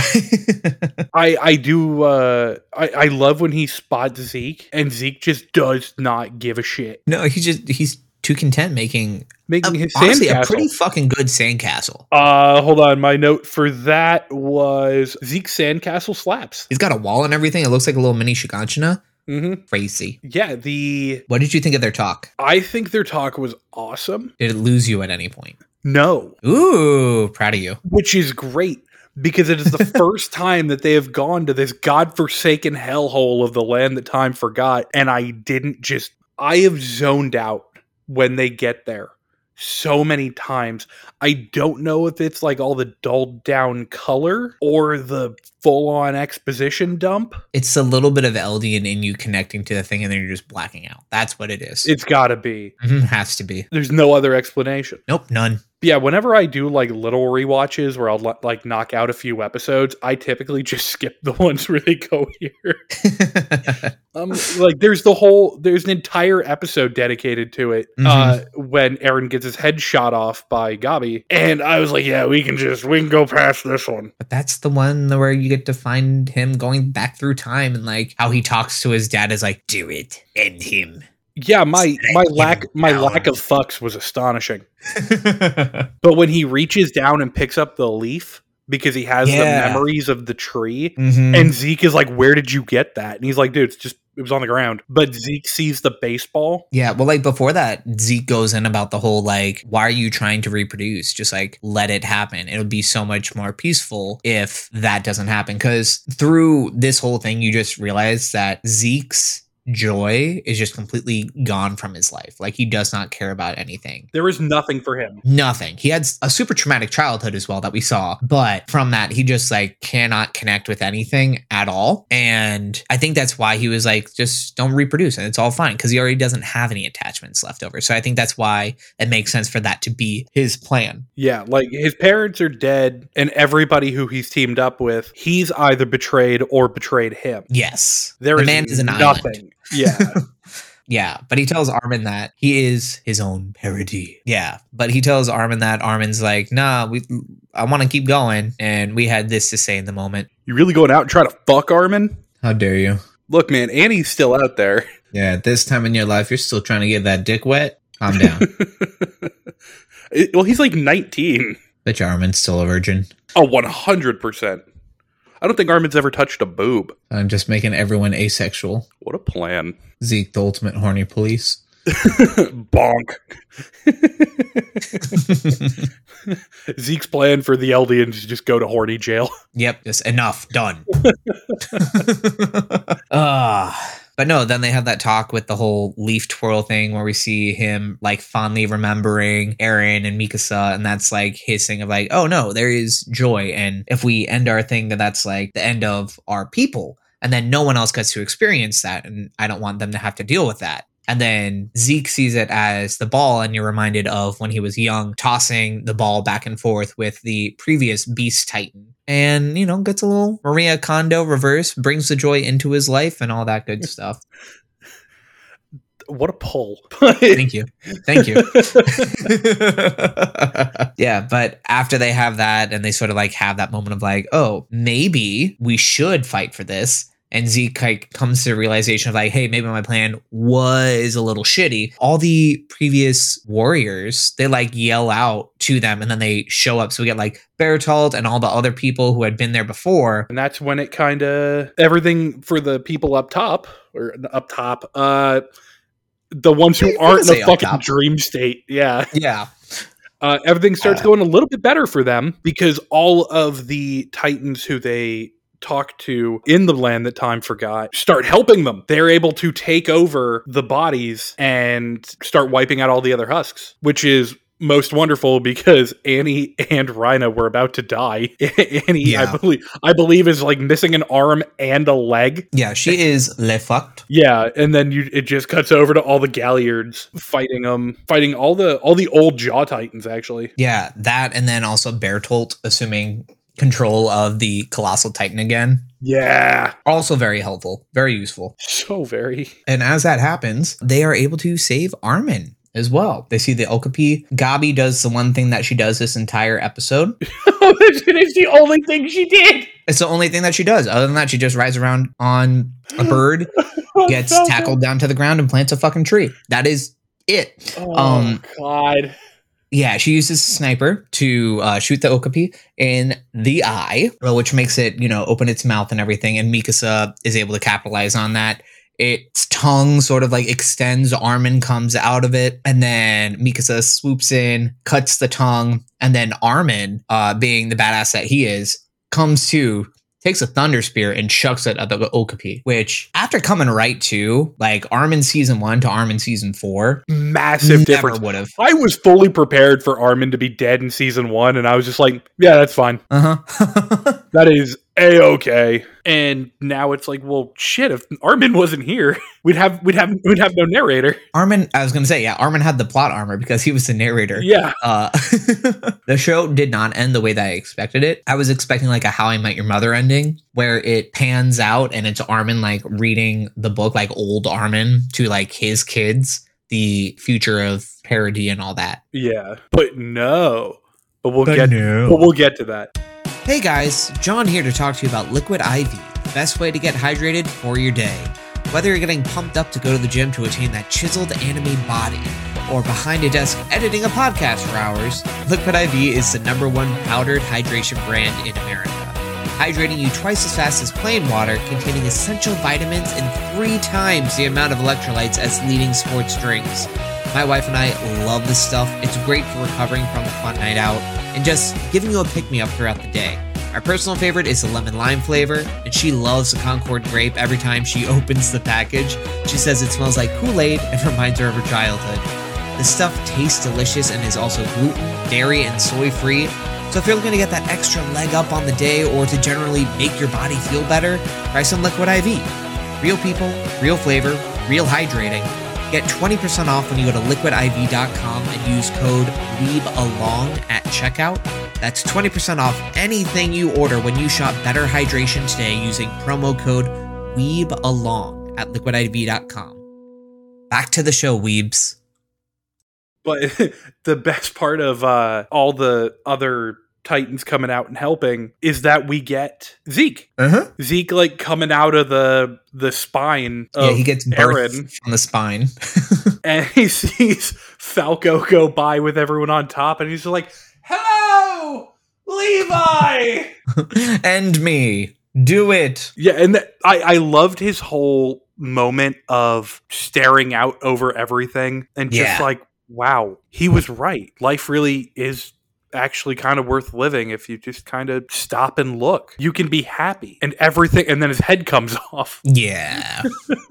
A: [LAUGHS]
B: I I do. Uh, I I love when he spots Zeke, and Zeke just does not give a shit,
A: no, he just he's too content making
B: making
A: a,
B: his sand
A: honestly a
B: castle.
A: pretty fucking good sandcastle.
B: uh, hold on. My note for that was Zeke Sandcastle slaps.
A: He's got a wall and everything. It looks like a little mini Shiganshina.
B: hmm
A: Crazy.
B: Yeah, the
A: What did you think of their talk?
B: I think their talk was awesome.
A: Did it lose you at any point?
B: No,
A: Ooh, proud of you.
B: which is great because it is the first time that they have gone to this godforsaken hellhole of the land that time forgot. And I didn't just, I have zoned out when they get there so many times. I don't know if it's like all the dulled down color or the full on exposition dump.
A: It's a little bit of Eldian in you connecting to the thing, and then you're just blacking out. That's what it is.
B: It's got to be.
A: Mhm, has to be.
B: There's no other explanation.
A: Nope, none. [LAUGHS]
B: yeah, whenever I do like little rewatches where I'll li- like knock out a few episodes, I typically [LAUGHS] just skip the ones where they go here. Um, [LAUGHS] like there's the whole there's an entire episode dedicated to it uh, when Aaron gets his head shot off by Gabi, and I was like, yeah, we can just we can go past this one.
A: but that's the one where you get to find him going back through time and like how he talks to his dad is like, do it, end him. [LAUGHS]
B: Yeah, my my
A: Thank you,
B: lack my
A: Alan.
B: lack of fucks was astonishing. But when he reaches down and picks up the leaf because he has
A: Yeah.
B: the memories of the tree,
A: Mhm.
B: and Zeke is like, "Where did you get that?" And he's like, "Dude, it's just it was on the ground." But Zeke sees the baseball.
A: Yeah, well, like before that, Zeke goes in about the whole like, why are you trying to reproduce? Just like let it happen. It'll be so much more peaceful if that doesn't happen. Because through this whole thing, you just realize that Zeke's joy is just completely gone from his life. Like he does not care about anything.
B: There is nothing for him.
A: Nothing. He had s- a super traumatic childhood as well that we saw, but from that, he just like cannot connect with anything at all. And I think that's why he was like, just don't reproduce and it's all fine because he already doesn't have any attachments left over. So I think that's why it makes sense for that to be his plan.
B: Yeah, like his parents are dead, and everybody who he's teamed up with, he's either betrayed or betrayed him.
A: Yes.
B: There
A: The
B: is
A: man is an island.
B: nothing. Yeah,
A: Yeah, but he tells Armin that he is his own parody. Yeah, but he tells Armin that Armin's like, nah, we, I want to keep going. And we had this to say in the moment.
B: [LAUGHS] you really going out and trying to fuck Armin?
D: How dare you?
B: Look, man, Annie's still out there. [LAUGHS]
D: Yeah, at this time in your life, you're still trying to get that dick wet. Calm
B: [LAUGHS]
D: down.
B: It- well, he's like nineteen.
D: Bet your Armin's still a virgin.
B: Oh, one hundred percent. I don't think Armin's ever touched a boob.
D: I'm just making everyone asexual.
B: What a plan. [LAUGHS]
D: Zeke, the ultimate horny police.
B: Bonk. Zeke's plan for the Eldians is just go to horny jail. [LAUGHS]
A: Yep, just enough, done. [LAUGHS] Ah, but no, then they have that talk with the whole leaf twirl thing where we see him like fondly remembering Aaron and Mikasa, and that's like his thing of like, oh no, there is joy. And if we end our thing, then that's like the end of our people. And then no one else gets to experience that. And I don't want them to have to deal with that. And then Zeke sees it as the ball, and you're reminded of when he was young, tossing the ball back and forth with the previous Beast Titan. And, you know, gets a little Maria Kondo reverse, brings the joy into his life and all that good stuff.
B: What a [LAUGHS] pull.
A: Thank you. Thank
B: [LAUGHS]
A: you. [LAUGHS] yeah, but after they have that and they sort of like have that moment of like, oh, maybe we should fight for this. And Zeke like comes to the realization of like, hey, maybe my plan was a little shitty. All the previous warriors, they like yell out to them and then they show up. So we get like Bertolt and all the other people who had been there before.
B: and that's when it kind of everything for the people up top or up top uh the ones
A: You
B: who
A: can
B: aren't in
A: say
B: a
A: up
B: fucking
A: top.
B: dream state yeah
A: Yeah.
B: uh, everything starts
A: Uh.
B: going a little bit better for them because all of the titans who they talk to in the land that time forgot start helping them they're able to take over the bodies and start wiping out all the other husks which is most wonderful because Annie and Rhino were about to die. [LAUGHS] Annie, I
A: Yeah.
B: believe, I believe is like missing an arm and a leg.
A: Yeah. She is le fucked.
B: Yeah, and then you it just cuts over to all the Galliards fighting them, fighting all the all the old Jaw Titans actually.
A: Yeah, that and then also Bertolt assuming control of the Colossal Titan again.
B: Yeah.
A: Also very helpful, very useful.
B: So [LAUGHS] very.
A: And as that happens, they are able to save Armin as well. They see the Okapi. Gabi does the one thing that she does this entire episode.
B: it is Oh, the only thing she did.
A: It's the only thing that she does. Other than that, she just rides around on a bird, gets tackled down to the ground, and plants a fucking tree. That is it.
B: Oh,
A: Um,
B: God.
A: Yeah, she uses a sniper to uh, shoot the okapi in the eye, well, which makes it, you know, open its mouth and everything. And Mikasa is able to capitalize on that. Its tongue sort of like extends, Armin comes out of it, and then Mikasa swoops in, cuts the tongue, and then Armin, uh, being the badass that he is, comes to, takes a thunder spear and chucks it at the okapi. Which, after coming right to, like Armin season one to Armin season four,
B: Massive
A: never
B: difference.
A: would have.
B: I was fully prepared for Armin to be dead in season one, and I was just like, yeah, that's fine.
A: [LAUGHS] Uh huh.
B: That is a okay. And now it's like, well, shit. If Armin wasn't here, [LAUGHS] we'd have we'd have we'd have no narrator.
A: Armin, I was gonna say, yeah, Armin had the plot armor because he was the narrator.
B: Yeah,
A: Uh, [LAUGHS] the show did not end the way that I expected it. I was expecting like a How I Met Your Mother ending where it pans out and it's Armin like reading the book, like old Armin to like his kids, the future of parody and all that.
B: yeah. But no. But we'll get. But we'll get to that.
A: Hey guys, John here to talk to you about Liquid IV, the best way to get hydrated for your day. Whether you're getting pumped up to go to the gym to attain that chiseled anime body, or behind a desk editing a podcast for hours, Liquid IV is the number one powdered hydration brand in America. Hydrating you twice as fast as plain water, containing essential vitamins and three times the amount of electrolytes as leading sports drinks. My wife and I love this stuff. It's great for recovering from a fun night out and just giving you a pick me up throughout the day. My personal favorite is the lemon lime flavor, and she loves the Concord grape every time she [LAUGHS] opens the package. She says it smells like Kool Aid and [LAUGHS] reminds her of her childhood. The stuff tastes delicious and is also gluten, dairy, and soy free. So if you're looking to get that extra leg up on the day or to generally make your body feel better, try some Liquid IV. Real people, real flavor, real hydrating. Get 20% off when you go to liquidiv.com and use code LEAVEALONG at checkout. That's 20% off anything you order when you shop Better Hydration today using promo code WEEBALONG at liquidiv.com. Back to the show, Weebs.
B: But [LAUGHS] the best part of uh, all the other Titans coming out and helping is that we get Zeke.
A: Uh-huh.
B: Zeke like coming out of the the spine of
A: yeah, he gets birth
B: Aaron
A: from the spine. [LAUGHS]
B: [LAUGHS] and he sees Falco go by with everyone on top and he's just like, "Hello, Levi."
A: and me. Do it.
B: yeah, and that I I loved his whole moment of staring out over everything and just
A: Yeah.
B: like, "Wow, he was right. Life really is actually kind of worth living if you just kind of stop and look. You can be happy." And everything and then his head comes [LAUGHS] off.
A: Yeah. [LAUGHS]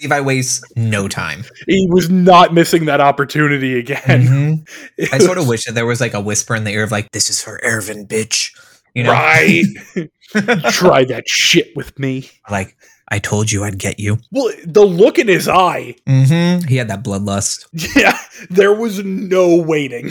A: Levi wastes no time.
B: He was not missing that opportunity again.
A: Mhm.
B: It
A: I sort of
B: was-
A: wish that there was like a whisper in the ear of like, "This is for Irvin, bitch." You know,
B: Right.
A: [LAUGHS]
B: Try that shit with me.
A: like I told you, I'd get you.
B: Well, the look in his eye. [LAUGHS]
A: Mm-hmm. He had that bloodlust.
B: Yeah, there was no waiting.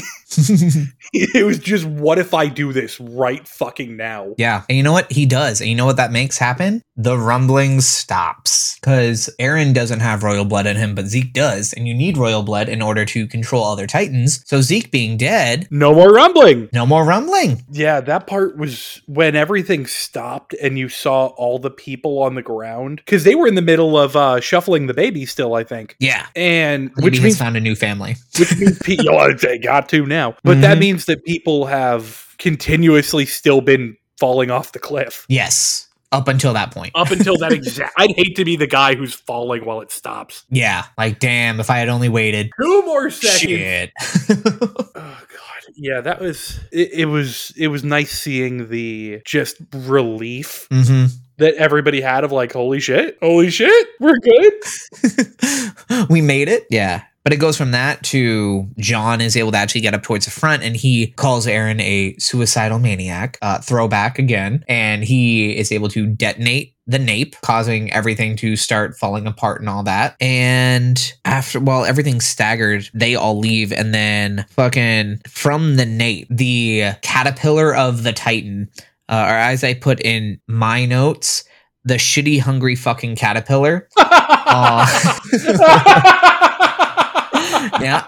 B: It was just, what if I do this right fucking now?
A: yeah, and you know what he does, and you know what that makes happen? The rumbling stops because Aaron doesn't have royal blood in him, but Zeke does, and you need royal blood in order to control other titans. So Zeke being dead,
B: No more rumbling.
A: no more rumbling.
B: Yeah, that part was when everything stopped and you saw all the people on the ground because they were in the middle of uh, shuffling the baby still, I think.
A: Yeah,
B: And
A: which
B: which
A: has
B: means
A: found a new family.
B: which means people they got to now, but that
A: Mhm.
B: means that people have continuously still been falling off the cliff.
A: Yes, up until that point.
B: up until [LAUGHS] that exact. I'd hate to be the guy who's falling while it stops.
A: Yeah, like damn, if I had only waited.
B: Two more seconds.
A: Shit. [LAUGHS]
B: Oh god, yeah, that was it, it. Was it was nice seeing the just relief
A: mm-hmm.
B: that everybody had of like, holy shit, holy shit, we're good.
A: [LAUGHS] we made it. Yeah. But it goes from that to John is able to actually get up towards the front and he calls Aaron a suicidal maniac, uh, throwback again. And he is able to detonate the nape, causing everything to start falling apart and all that. And after, while everything's staggered, they all leave. And then fucking from the nape, the caterpillar of the Titan, uh, or as I put in my notes, the shitty, hungry fucking caterpillar yeah.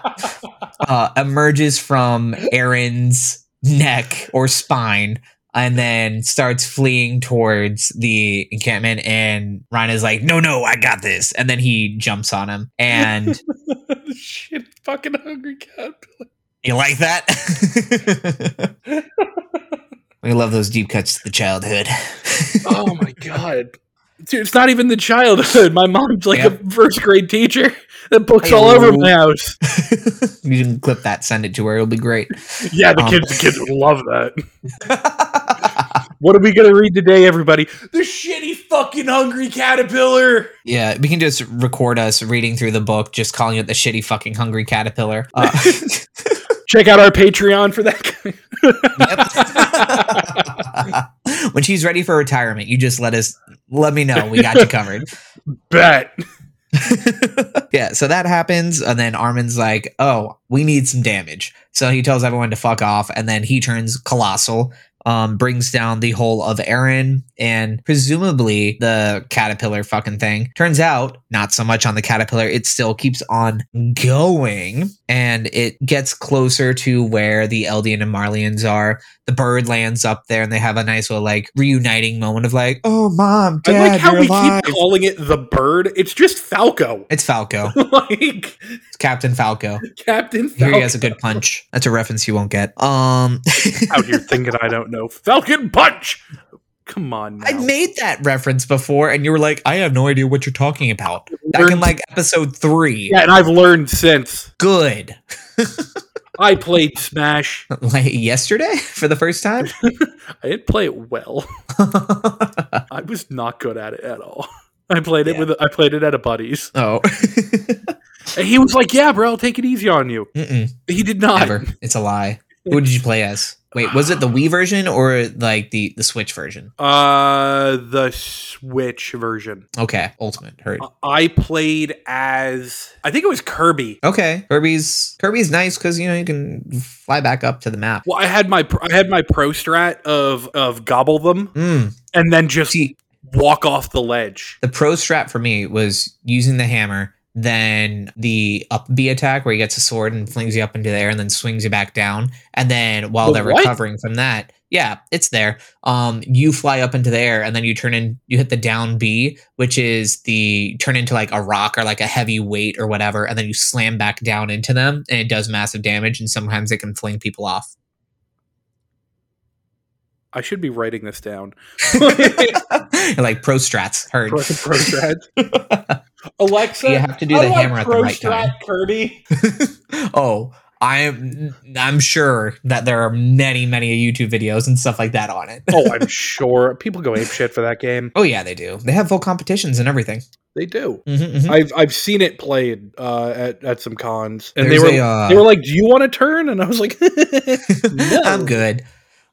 A: Uh, emerges from Aaron's neck or spine and then starts fleeing towards the encampment. And Ryan is like, no, no, I got this. And then he jumps on him. And
B: [LAUGHS] shit, fucking hungry cat.
A: you like that? [LAUGHS] we love those deep cuts to the childhood. [LAUGHS]
B: Oh my god. Dude, it's not even the childhood. My mom's like a first grade teacher. The books all over my house.
A: you can clip that, send it to her. It'll be great.
B: Yeah, the
A: Um,
B: kids, the kids would love that. What are we gonna read today, everybody? The shitty fucking hungry caterpillar.
A: Yeah, we can just record us reading through the book, just calling it the shitty fucking hungry caterpillar. Uh,
B: Check out our Patreon for that.
A: yep. [LAUGHS] when she's ready for retirement, you just let us let me know. We got you covered.
B: Bet. [LAUGHS]
A: yeah, so that happens, and then Armin's like, "Oh, we need some damage." So he tells everyone to fuck off, and then he turns colossal, um, brings down the whole of Aaron and presumably the caterpillar fucking thing. Turns out, not so much on the caterpillar; it still keeps on going, and it gets closer to where the Eldian and Marlians are. The bird lands up there, and they have a nice little like reuniting moment of like, "Oh, mom, dad,
B: I like how
A: you're
B: we
A: alive."
B: keep calling it the bird. It's just Falco. [LAUGHS]
A: it's Falco.
B: like
A: It's Captain Falco.
B: Captain
A: Here
B: Falco.
A: he has a good punch. That's a reference you won't get. Um, [LAUGHS]
B: out here thinking I don't know. Falcon Punch! Come on now.
A: I made that reference before, and you were like, "I have no idea what you're talking about." Back in
B: Learned-
A: like episode three.
B: yeah, and I've learned since.
A: Good. [LAUGHS]
B: I played Smash.
A: Like yesterday for the first time. [LAUGHS]
B: I didn't play it well. [LAUGHS] I was not good at it at all. I played it
A: Yeah.
B: with I played it at a buddy's.
A: oh, [LAUGHS]
B: And he was like, "Yeah, bro, I'll take it easy on you."
A: Mm-mm,
B: He did not.
A: ever. It's a lie. Who did you play as? Wait, was it the Wii version or like the the Switch version?
B: Uh the Switch version.
A: Okay, Ultimate heard.
B: I- I played as I think it was Kirby.
A: Okay, Kirby's Kirby's nice because you know you can fly back up to the map.
B: Well, I had my pr- I had my pro strat of of gobble them
A: Mm.
B: and then just
A: See,
B: walk off the ledge.
A: The pro strat for me was using the hammer, then the up B attack where he gets a sword and flings you up into the air and then swings you back down. And then while
B: The
A: they're
B: what?
A: recovering from that, yeah, it's there. Um, you fly up into the air and then you turn in, you hit the down B, which is the turn into like a rock or like a heavy weight or whatever, and then you slam back down into them and it does massive damage. And sometimes it can fling people
B: [LAUGHS]
A: off. [LAUGHS]
B: I should be writing this [LAUGHS] down.
A: like pro strats, heard.
B: pro, pro
A: [LAUGHS]
B: strat. [LAUGHS] Alexa,
A: You have to do
B: how
A: the
B: I
A: hammer at the right
B: pro-strat
A: time.
B: Kirby.
A: [LAUGHS] oh, I'm I'm sure that there are many many YouTube videos and stuff like that on it.
B: [LAUGHS] oh, I'm sure people go ape shit for that game.
A: Oh yeah, they do. They have full competitions and everything.
B: They do.
A: Mhm, mhm.
B: I've I've seen it played uh, at at some cons, and
A: There's
B: they
A: a,
B: were
A: uh,
B: they were like, "Do you want to turn?" And I was like, [LAUGHS] No.
A: [LAUGHS] I'm good.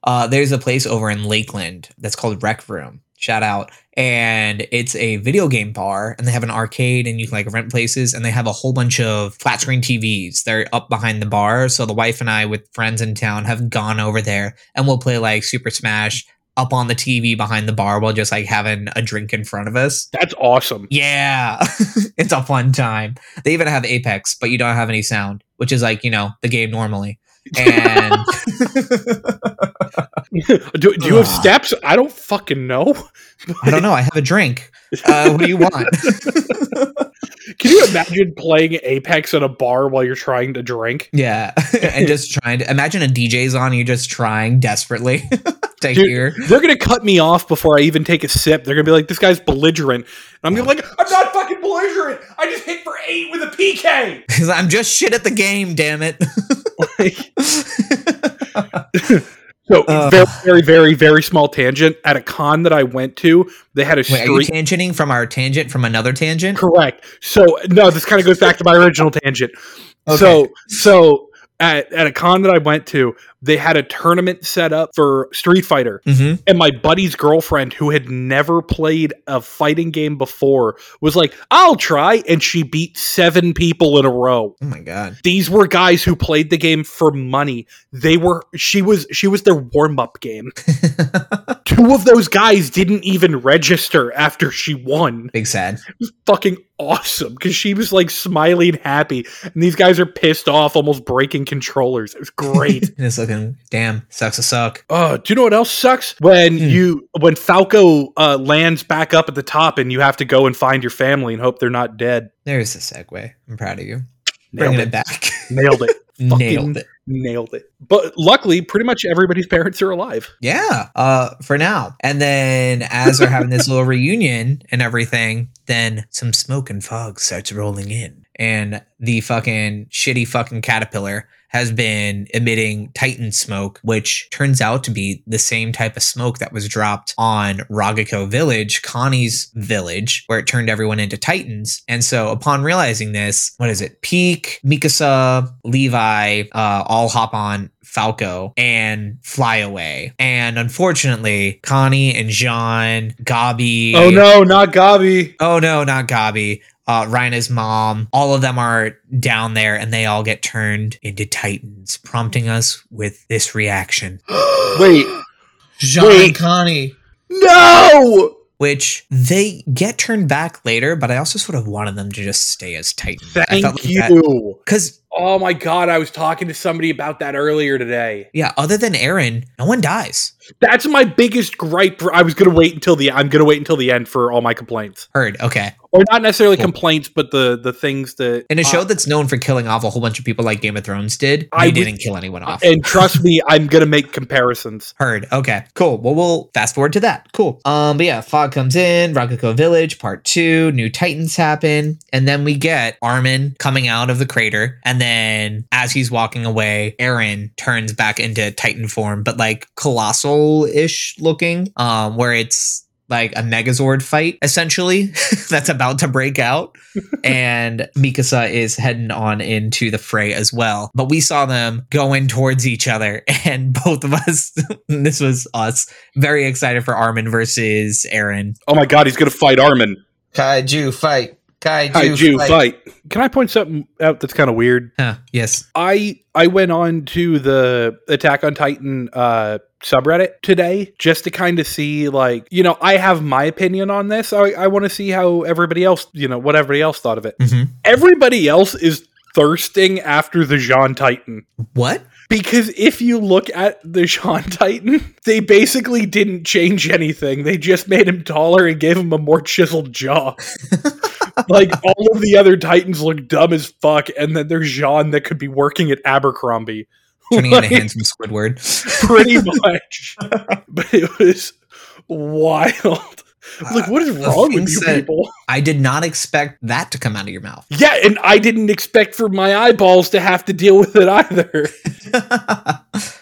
A: Uh, there's a place over in Lakeland that's called Rec Room. Shout out. And it's a video game bar, and they have an arcade, and you can like rent places, and they have a whole bunch of flat screen TVs. They're up behind the bar. So the wife and I, with friends in town, have gone over there and we'll play like Super Smash up on the TV behind the bar while just like having a drink in front of us.
B: "That's awesome."
A: Yeah, [LAUGHS] it's a fun time. They even have Apex, but you don't have any sound, which is like, you know, the game normally. And
B: do, do you have
A: Ah.
B: steps? I don't fucking know. [LAUGHS]
A: I don't know. I have a drink. Uh, what do you want?
B: [LAUGHS] Can you imagine playing Apex at a bar while you're trying to drink?
A: yeah, [LAUGHS] and just trying to imagine a DJ's on. You're just trying desperately [LAUGHS] to
B: Dude.
A: hear.
B: They're gonna cut me off before I even take a sip. They're gonna be like, "This guy's belligerent," and I'm gonna be like, "I'm not fucking belligerent. I just hit for eight with a PK."
A: 'Cause I'm just shit at the game. Damn it.
B: Like, so
A: Uh.
B: very, very, very, very small tangent. At a con that I went to, they had a
A: [LAUGHS] Wait, are you
B: street.
A: tangenting from our tangent from another tangent?
B: Correct. So no, this kind of goes back to my original tangent. So so at, at a con that I went to, they had a tournament set up for Street Fighter,
A: hmm
B: and my buddy's girlfriend, who had never played a fighting game before, was like, "I'll try," and she beat seven people in a row.
A: Oh my god. [LAUGHS]
B: These were guys who played the game for money. They were she was she was their warm up game. Two of those guys didn't even register after she won
A: Big sad.
B: fucking awesome because she was like smiley and happy, and these guys are pissed off, almost breaking controllers. It was great.
A: Just looking. Damn. Sucks to suck.
B: Oh, do you know what else sucks? When
A: Hmm.
B: you when Falco uh, lands back up at the top, and you have to go and find your family and hope they're not dead.
A: There's the segue. I'm proud of you.
B: Nailed
A: Bringing
B: it.
A: it back. [LAUGHS]
B: Nailed [LAUGHS] it. Fucking-
A: Nailed it.
B: Nailed it. But luckily, pretty much everybody's parents are alive.
A: Yeah, uh, for now. And then as they're having this little reunion and everything, then some smoke and fog starts rolling in. And the fucking shitty fucking caterpillar has been emitting Titan smoke, which turns out to be the same type of smoke that was dropped on Ragako Village, Connie's village, where it turned everyone into Titans. And so, upon realizing this, what is it? Peak, Mikasa, Levi, uh, all hop on Falco and fly away. And unfortunately, Connie and Jean, Gabi.
B: Oh no, not Gabi.
A: Oh no, not Gabi. Uh, Rhina's mom, all of them are down there and they all get turned into Titans, prompting us with this reaction,
B: Wait,
D: [GASPS] Jean
B: Wait.
D: and Connie.
B: [GASPS] no.
A: which they get turned back later, but I also sort of wanted them to just stay as Titans.
B: Thank you.
A: Because,
B: Oh my god, I was talking to somebody about that earlier today.
A: yeah, other than Aaron, no one dies.
B: That's my biggest gripe. I was gonna wait until the I'm gonna wait until the end for all my complaints,
A: Heard, okay.
B: or not necessarily
A: Cool.
B: complaints, but the the things that
A: In a show
B: uh,
A: that's known for killing off a whole bunch of people like Game of Thrones did,
B: I
A: I
B: would-
A: didn't kill anyone off.
B: and trust me, I'm gonna make comparisons.
A: Heard. Okay. Cool. Well, we'll fast forward to that. Cool. Um, but yeah, fog comes in, Rococo Village, part two, new titans happen, and then we get Armin coming out of the crater, and then as he's walking away, Aaron turns back into Titan form, but like colossal-ish looking, um, where it's like a Megazord fight, essentially, [LAUGHS] that's about to break out. and Mikasa is heading on into the fray as well. But we saw them going towards each other, [LAUGHS] and both of us, [LAUGHS] this was us, very excited for Armin versus Aaron.
B: Oh my god, he's gonna fight Armin.
D: Kaiju fight. Kaiju,
B: Kaiju
D: fight.
B: fight. Can I point something out that's kind of weird?
A: Huh, yes.
B: I I went on to the Attack on Titan uh subreddit today just to kind of see like you know I have my opinion on this. I, I want to see how everybody else you know what everybody else thought of it.
A: Mhm.
B: Everybody else is thirsting after the Jean Titan.
A: What?
B: Because if you look at the Jean [LAUGHS] Titan, they basically didn't change anything. They just made him taller and gave him a more chiseled jaw. like all of the other Titans look dumb as fuck, and then there's Jean that could be working at Abercrombie.
A: Turning into
B: Like,
A: handsome Squidward.
B: pretty much. but it was wild. Like, what is
A: Uh,
B: wrong with
A: things
B: you
A: that-
B: people?
A: I did not expect that to come out of your mouth. [LAUGHS]
B: Yeah, and I didn't expect for my eyeballs to have to deal with it either.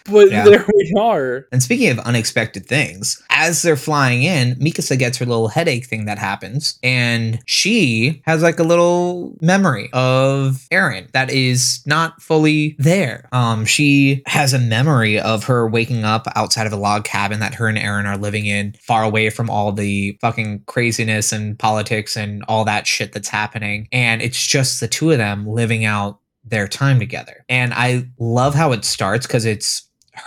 B: But
A: Yeah.
B: there we are.
A: And speaking of unexpected things, as they're flying in, Mikasa gets her little headache thing that happens, and she has like a little memory of Aaron that is not fully there. Um, she has a memory of her waking up outside of a log cabin that her and Aaron are living in, far away from all the fucking craziness and politics and all that shit that's happening. And it's just the two of them living out their time together. And I love how it starts because it's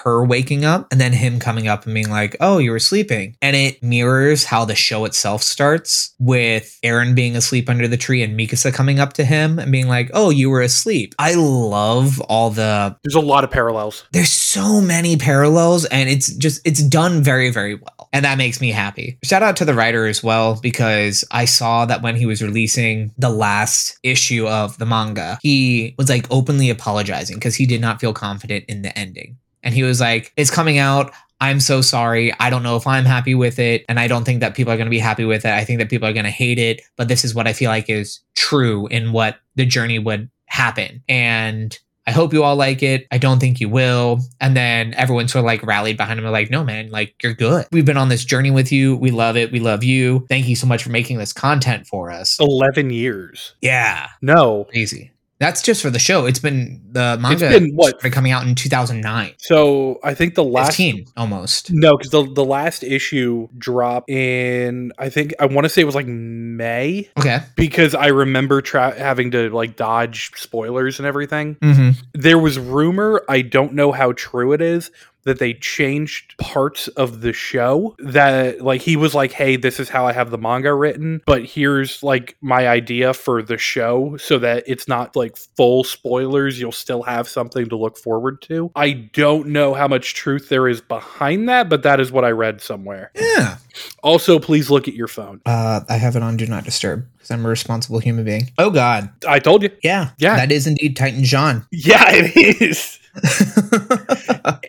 A: her waking up and then him coming up and being like, oh, you were sleeping. And it mirrors how the show itself starts with Aaron being asleep under the tree and Mikasa coming up to him and being like, oh, you were asleep. I love all the,
B: There's a lot of parallels.
A: there's so many parallels and it's just, it's done very, very well. And that makes me happy. Shout out to the writer as well, because I saw that when he was releasing the last issue of the manga, he was like openly apologizing because he did not feel confident in the ending and he was like, "It's coming out. I'm so sorry. I don't know if I'm happy with it, and I don't think that people are going to be happy with it. I think that people are going to hate it, but this is what I feel like is true in what the journey would happen." And I hope you all like it. I don't think you will. And then everyone sort of like rallied behind him and like, no, man, like you're good. We've been on this journey with you. We love it. We love you. Thank you so much for making this content for us.
B: Oh. 11 years.
A: Yeah.
B: No.
A: Crazy. That's just for the show. It's been the manga
B: been, what,
A: started coming out in 2009.
B: So I think the last.
A: 15 almost.
B: No, because the, the last issue dropped in, I think, I want to say it was like May
A: Okay.
B: because I remember tra- having to like dodge spoilers and everything.
A: Mm-hmm.
B: There was rumor, I don't know how true it is, that they changed parts of the show that like he was like, hey, this is how I have the manga written, but here's like my idea for the show so that it's not like full spoilers. You'll still have something to look forward to. I don't know how much truth there is behind that, but that is what I read somewhere.
A: Yeah.
B: Also, please look at your phone.
A: Uh, I have it on Do Not Disturb because I'm a responsible human being. Oh, God.
B: I told you.
A: Yeah.
B: Yeah.
A: That is indeed Titan John. [LAUGHS]
B: Yeah, it is.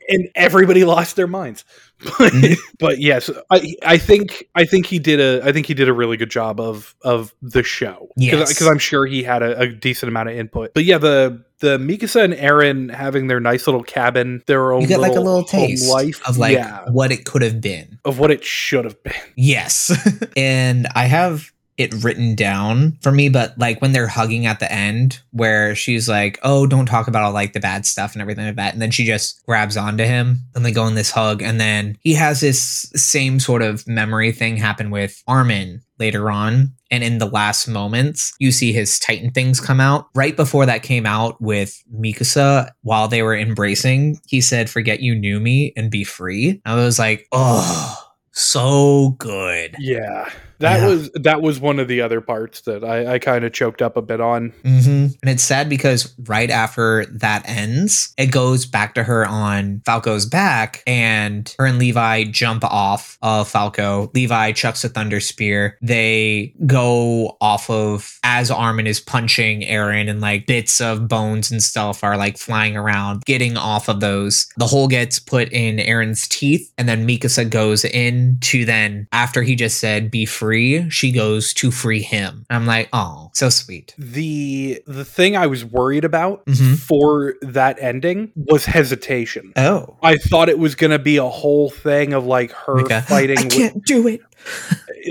B: and everybody lost their minds. But,
A: Mhm.
B: [LAUGHS] but yes, I I think I think he did a I think he did a really good job of of the show because
A: Yes.
B: I'm sure he had a, a decent amount of input. But yeah, the the Mikasa and Aaron having their nice little cabin, their own
A: you get like a little
B: home
A: taste
B: life
A: of like
B: yeah,
A: what it could have been.
B: of what it should have been.
A: Yes. and I have it written down for me, but like when they're hugging at the end, where she's like, oh, don't talk about all like the bad stuff and everything like that. And then she just grabs onto him and they go in this hug. And then he has this same sort of memory thing happen with Armin later on. And in the last moments, you see his Titan things come out. Right before that came out with Mikasa, while they were embracing, he said, Forget you knew me and be free. I was like, oh so good.
B: Yeah, that
A: [LAUGHS] Yeah.
B: was that was one of the other parts that I, I kind of choked up a bit on.
A: hmm And it's sad because right after that ends, it goes back to her on Falco's back, and her and Levi jump off of Falco. Levi chucks a thunder spear. They go off of as Armin is punching Aaron, and like bits of bones and stuff are like flying around, getting off of those. The hole gets put in Aaron's teeth, and then Mikasa goes in to then, after he just said, be free, she goes to free him. I'm like, oh, so sweet.
B: The the thing I was worried about
A: Mhm.
B: for that ending was hesitation.
A: Oh.
B: I thought it was gonna be a whole thing of like
A: [LAUGHS]
B: her
A: Mika,
B: fighting,
A: I
B: with,
A: can't do it.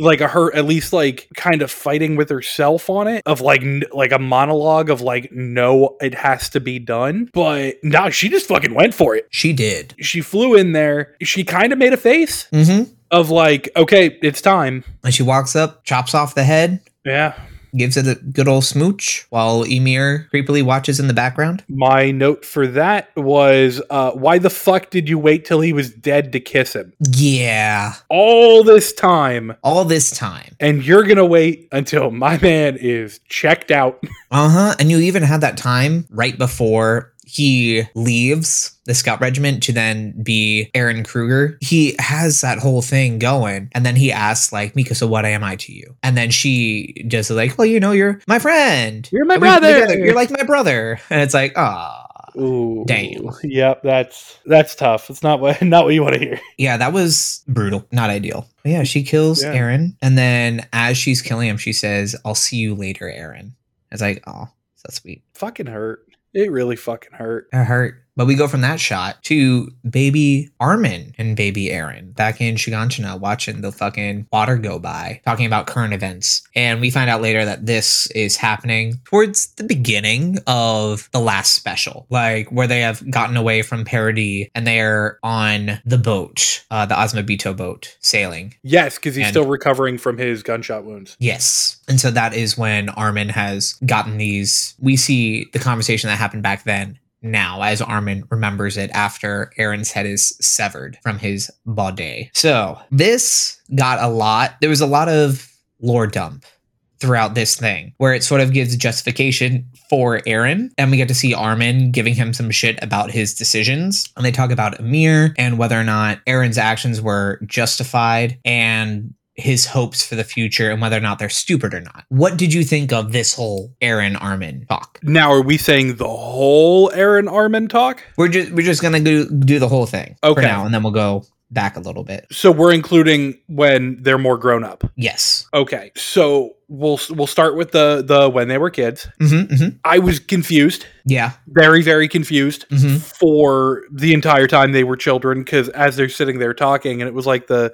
B: like a her at least like kind of fighting with herself on it, of like n- like a monologue of like no, it has to be done. But no, she just fucking went for it.
A: She did.
B: She flew in there. She kind of made a face
A: Mm-hmm.
B: of like, okay, it's time.
A: And she walks up, chops off the head,
B: Yeah,
A: gives it a good old smooch while Emir creepily watches in the background.
B: My note for that was uh, why the fuck did you wait till he was dead to kiss him?
A: Yeah.
B: All this time,
A: All this time.
B: and you're gonna wait until my man is checked out.
A: Uh-huh. And you even had that time right before he leaves the scout regiment to then be Aaron Kruger. He has that whole thing going. And then he asks, like, Mika, so what am I to you? And then she just is like, Well, you know, you're my friend.
B: You're my
A: We- we're
B: brother."
A: together. You're like my brother. And it's like, ah.
B: Ooh,
A: Damn.
B: Yep, that's that's tough. It's not what [LAUGHS] not what you want to hear.
A: Yeah, that was brutal. Not ideal. But yeah, she kills
B: Yeah.
A: Aaron. And then as she's killing him, she says, I'll see you later, Aaron. It's like, oh, so sweet.
B: Fucking hurt. It really fucking hurt.
A: That hurt. But we go from that shot to baby Armin and baby Aaron back in Shiganshina watching the fucking water go by, talking about current events. And we find out later that this is happening towards the beginning of the last special, like where they have gotten away from parody and they're on the boat, uh, the Osmobito boat sailing.
B: Yes, because he's
A: And-
B: still recovering from his gunshot wounds.
A: Yes. And so that is when Armin has gotten these. We see the conversation that happened back then now as Armin remembers it after Aaron's head is severed from his body. So this got a lot. There was a lot of lore dump throughout this thing where it sort of gives justification for Aaron and we get to see Armin giving him some shit about his decisions and they talk about Amir and whether or not Aaron's actions were justified and his hopes for the future and whether or not they're stupid or not. What did you think of this whole Aaron Armin talk?
B: Now, are we saying the whole Aaron Armin talk?
A: We're just we're just gonna do, do the whole thing for
B: Okay.
A: now and then we'll go back a little bit.
B: So we're including when they're more grown up.
A: Yes.
B: Okay, so we'll we'll start with the the when they were kids.
A: hmm hmm
B: I was confused,
A: Yeah.
B: very very confused
A: hmm
B: for the entire time they were children because as they're sitting there talking, and it was like the,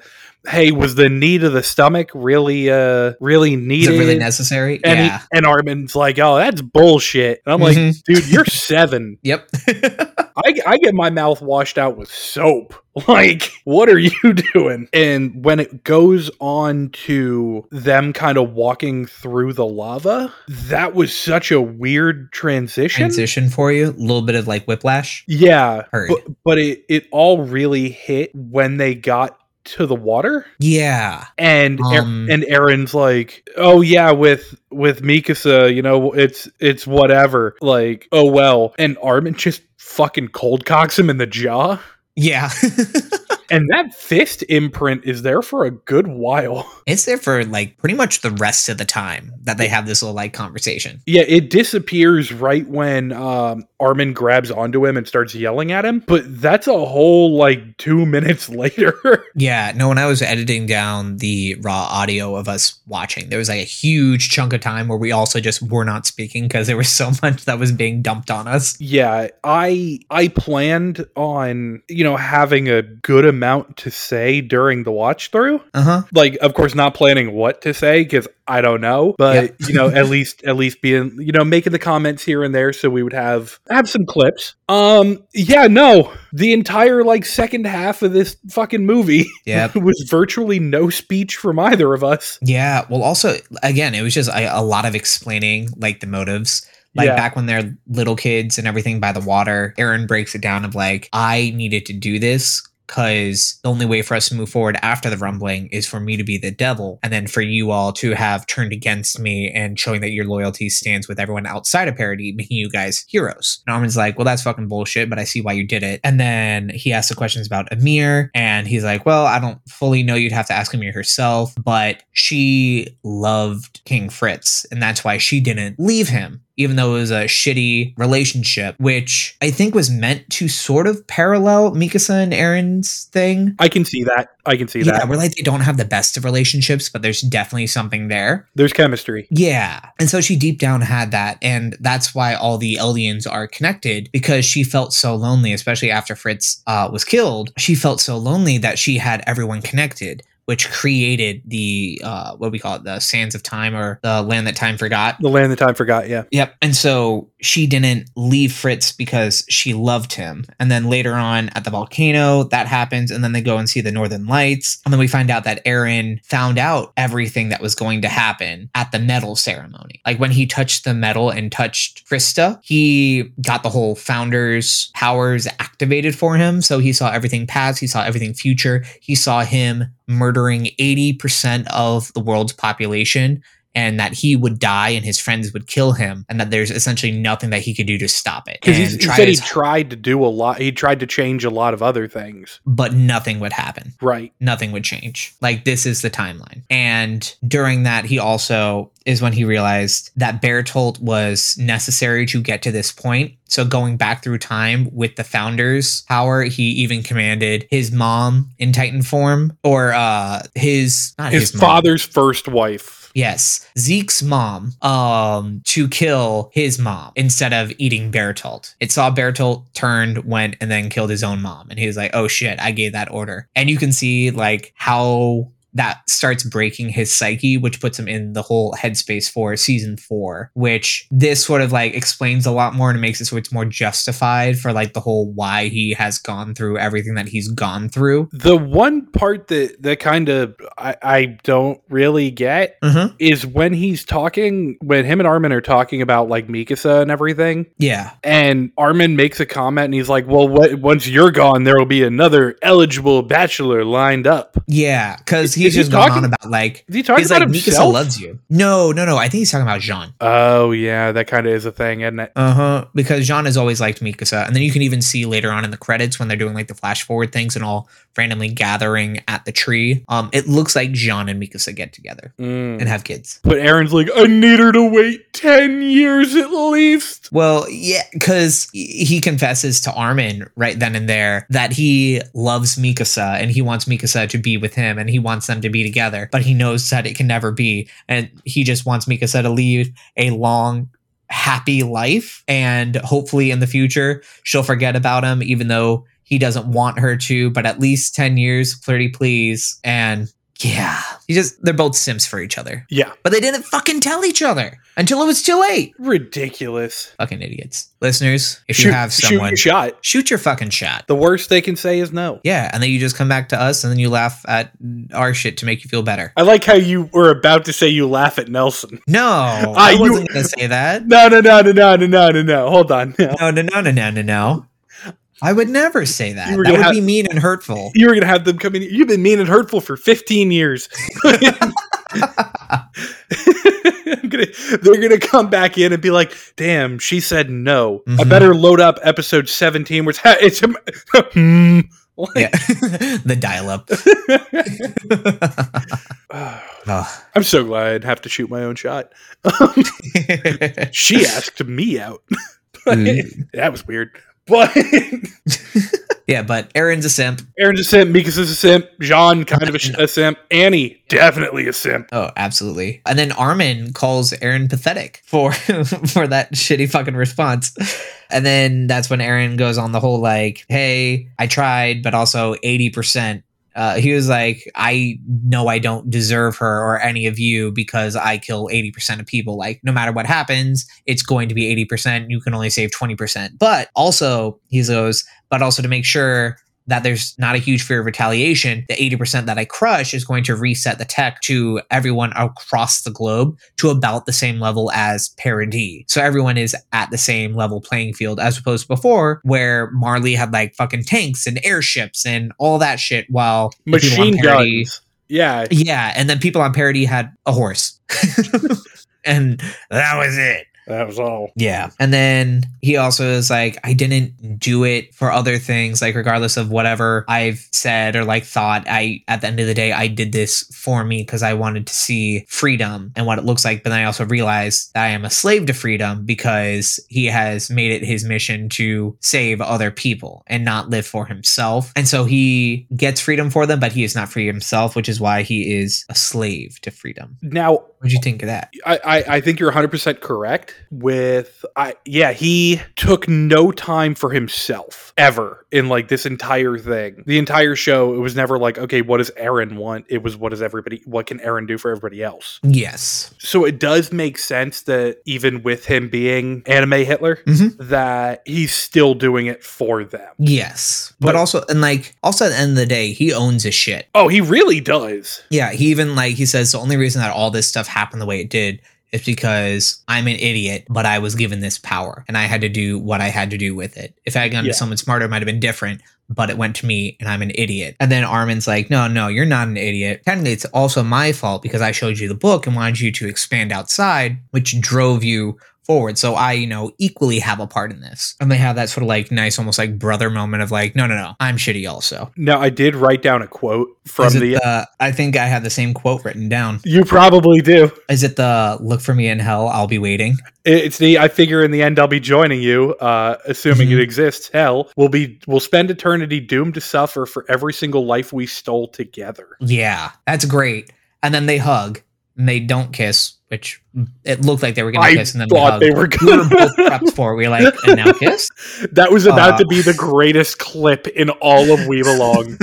B: hey, was the need of the stomach really uh really
A: Is
B: needed?
A: it really necessary?
B: and, he-
A: yeah.
B: and Armin's like, oh, that's bullshit. And I'm like,
A: Mhm.
B: dude, you're seven.
A: Yep. [LAUGHS]
B: I, I get my mouth washed out with soap. [LAUGHS] Like, what are you [LAUGHS] doing? And when it goes on to them kind of walking through the lava, that was such a weird transition.
A: Transition for you. A little bit of like whiplash.
B: Yeah.
A: Heard.
B: But, but it, it all really hit when they got to the water
A: Yeah.
B: and Aar-
A: Um,
B: and Aaron's like, "Oh yeah, with with Mikasa, you know, it's it's whatever." Like, "Oh [LAUGHS] well." And Armin just fucking cold cocks him in the jaw.
A: Yeah. [LAUGHS]
B: And that fist imprint is there for a good while. [LAUGHS]
A: It's there for like pretty much the rest of the time that they have this little like conversation.
B: Yeah, it disappears right when um, Armin grabs onto him and starts yelling at him. But that's a whole like two minutes [LAUGHS] later.
A: Yeah, no, when I was editing down the raw audio of us watching, there was like a huge chunk of time where we also just were not speaking because there was so [LAUGHS] much that was being dumped on us.
B: yeah, I I planned on you know having a good amount to say during the watch through.
A: Uh huh.
B: Like, of course, not planning what to say because I don't know. But you know, at least at least being you know making the comments here and there so we would have have some clips. Um, yeah, no, the entire like second half of this fucking movie. [LAUGHS]
A: Yep.
B: was virtually no speech from either of us.
A: Yeah. Well, also, again, it was just a, a lot of explaining like the motives. Like
B: Yeah.
A: back when they're little kids and everything by the water, Aaron breaks it down of like, I needed to do this because the only way for us to move forward after the rumbling is for me to be the devil and then for you all to have turned against me and showing that your loyalty stands with everyone outside of parody making you guys heroes and armin's like well that's fucking bullshit but i see why you did it and then he asks the questions about amir and he's like well i don't fully know you'd have to ask amir herself but she loved king fritz and that's why she didn't leave him even though it was a shitty relationship, which I think was meant to sort of parallel Mikasa and Aaron's thing.
B: I can see that. I can see
A: Yeah,
B: that.
A: where like they don't have the best of relationships, but there's definitely something there.
B: There's chemistry.
A: Yeah. And so she deep down had that. And that's why all the Eldians are connected because she felt so lonely, especially after Fritz uh, was killed. She felt so lonely that she had everyone connected, which created the, uh, what do we call it, the Sands of Time or the Land That Time Forgot.
B: The land the time forgot. Yeah.
A: Yep. And so she didn't leave Fritz because she loved him. And then later on at the volcano, that happens. And then they go and see the Northern Lights. And then we find out that Aaron found out everything that was going to happen at the medal ceremony. Like when he touched the medal and touched Krista, he got the whole founder's powers activated for him. So he saw everything past, he saw everything future. He saw him murdering 80% of the world's population and that he would die and his friends would kill him and that there's essentially nothing that he could do to stop it
B: Because
A: and
B: he said he tried to do a lot. He tried to change a lot of other things.
A: but nothing would happen
B: Right.
A: nothing would change like this is the timeline and during that he also is when he realized that Bertolt was necessary to get to this point so going back through time with the founders power he even commanded his mom in titan form or uh his not his,
B: His
A: mom.
B: father's first wife.
A: Yes, Zeke's mom um to kill his mom instead of eating Bertolt. It saw Bertolt turned, went, and then killed his own mom, and he was like, "Oh shit, I gave that order." And you can see like how that starts breaking his psyche, which puts him in the whole headspace for season four, which this sort of like explains a lot more and makes it so it's more justified for like the whole why he has gone through everything that he's gone through.
B: The one part that that kind of I, I don't really get
A: Mm-hmm.
B: is when he's talking when him and Armin are talking about like Mikasa and everything.
A: Yeah.
B: And Armin makes a comment and he's like, "Well, what, once you're gone, there will be another eligible bachelor lined up."
A: Yeah. Cause
B: Is- is
A: he's just
B: he
A: going
B: talking-
A: on about like
B: Is he talking
A: he's
B: about
A: like Mikasa
B: himself?
A: loves you. No, no, no. I think he's talking about Jean.
B: Oh yeah, that kind of is a thing, isn't it?
A: Uh huh. Because Jean has always liked Mikasa, and then you can even see later on in the credits when they're doing like the flash forward things and all randomly gathering at the tree. Um, it looks like Jean and Mikasa get together
B: Mm.
A: and have kids.
B: But Aaron's like, I need her to wait 10 years at least.
A: Well, yeah, because he confesses to Armin right then and there that he loves Mikasa and he wants Mikasa to be with him and he wants them to be together, but he knows that it can never be. And he just wants Mikasa to lead a long, happy life. And hopefully in the future, she'll forget about him, even though he doesn't want her to, but at least 10 years, flirty please. And yeah, he just, they're both simps for each other.
B: Yeah.
A: But they didn't fucking tell each other until it was too late.
B: Ridiculous.
A: Fucking idiots. Listeners, if you have someone,
B: Shoot
A: shoot,
B: shot.
A: your fucking shot.
B: The worst they can say is no.
A: Yeah, and then you just come back to us and then you laugh at our shit to make you feel better.
B: I like how you were about to say you laugh at Nelson.
A: No,
B: Ah,
A: I
B: you-
A: wasn't going to say that.
B: No, no, no, no, no, no, no, no, no. Hold on. [LAUGHS] No.
A: No, no, no, no, no, no, no. I would never say that.
B: You were
A: That would
B: gonna have-
A: be mean and hurtful.
B: [LAUGHS] You were going to have them come in. You've been mean and hurtful for 15 years. [LAUGHS] I'm gonna, they're going to come back in and be like, damn, she said no. I
A: Mhm.
B: better load up episode 17 where [LAUGHS] it's, [LAUGHS] ha- it's, hmm, Like, [SIGHS]
A: Yeah. [LAUGHS] the dial
B: [LAUGHS]
A: [LAUGHS] up.
B: [SIGHS] I'm so glad I didn't have to shoot my own shot. [LAUGHS] she asked me out. But-
A: Mm.
B: That was weird. But
A: [LAUGHS] yeah, but Aaron's a simp.
B: [LAUGHS] Aaron's a simp. Mika's is a simp. Jean, kind of [LAUGHS] a, sh- a simp. Annie, definitely a simp.
A: Oh, absolutely. And then Armin calls Aaron pathetic for [LAUGHS] for that shitty fucking response. And then that's when Aaron goes on the whole like, "Hey, I tried, but also 80%." Uh, he was like, I know I don't deserve her or any of you because I kill 80% of people. Like, no matter what happens, it's going to be 80%. You can only save 20%. But also, he goes, but also to make sure that there's not a huge fear of retaliation, the 80% that I crush is going to reset the tech to everyone across the globe to about the same level as parody. So everyone is at the same level playing field as opposed to before, where Marley had like fucking tanks and airships and all that shit while the people on
B: Machine
A: parody-
B: guns. Yeah.
A: Yeah, and then people on parody had a horse. [LAUGHS] and that was it.
B: That was all.
A: Yeah. And then he also is like, I didn't do it for other things. Like, regardless of whatever I've said or like thought, I, at the end of the day, I did this for me because I wanted to see freedom and what it looks like. But then I also realized that I am a slave to freedom because he has made it his mission to save other people and not live for himself. And so he gets freedom for them, but he is not free himself, which is why he is a slave to freedom.
B: Now,
A: What'd you think of that?
B: I, I, I think you're 100% correct with I yeah, he took no time for himself ever in like this entire thing. The entire show it was never like okay, what does Aaron want? It was what does everybody what can Aaron do for everybody else?
A: Yes.
B: So it does make sense that even with him being anime Hitler
A: Mhm.
B: that he's still doing it for them.
A: Yes. But,
B: But-
A: also and like also at the end of the day, he owns his shit.
B: Oh, he really does.
A: Yeah, he even like he says the only reason that all this stuff happened the way it did is because I'm an idiot, but I was given this power and I had to do what I had to do with it. If I had gone
B: Yeah.
A: to someone smarter, it might have been different, but it went to me and I'm an idiot. And then Armin's like, No, no, you're not an idiot. Technically it's also my fault because I showed you the book and wanted you to expand outside, which drove you forward. So I, you know, equally have a part in this. And they have that sort of like nice, almost like brother moment of like, no, no, no, I'm shitty also.
B: Now I did write down a quote from
A: Is it
B: the
A: the- I think I had the same quote written down.
B: [LAUGHS] You probably do.
A: Is it the look for me in hell? I'll be waiting.
B: It- It's the I figure in the end I'll be joining you, uh, assuming it
A: Mhm.
B: exists. Hell, we'll be we'll spend eternity doomed to suffer for every single life we stole together.
A: Yeah, that's great. And then they hug and they don't kiss, which it looked like they were going
B: I
A: to kiss. And then they
B: thought
A: hug.
B: they were
A: we were
B: good.
A: both prepped for it. We were like, and now kiss?
B: [LAUGHS] that was about
A: Uh.
B: to be the greatest clip in all of We Belong.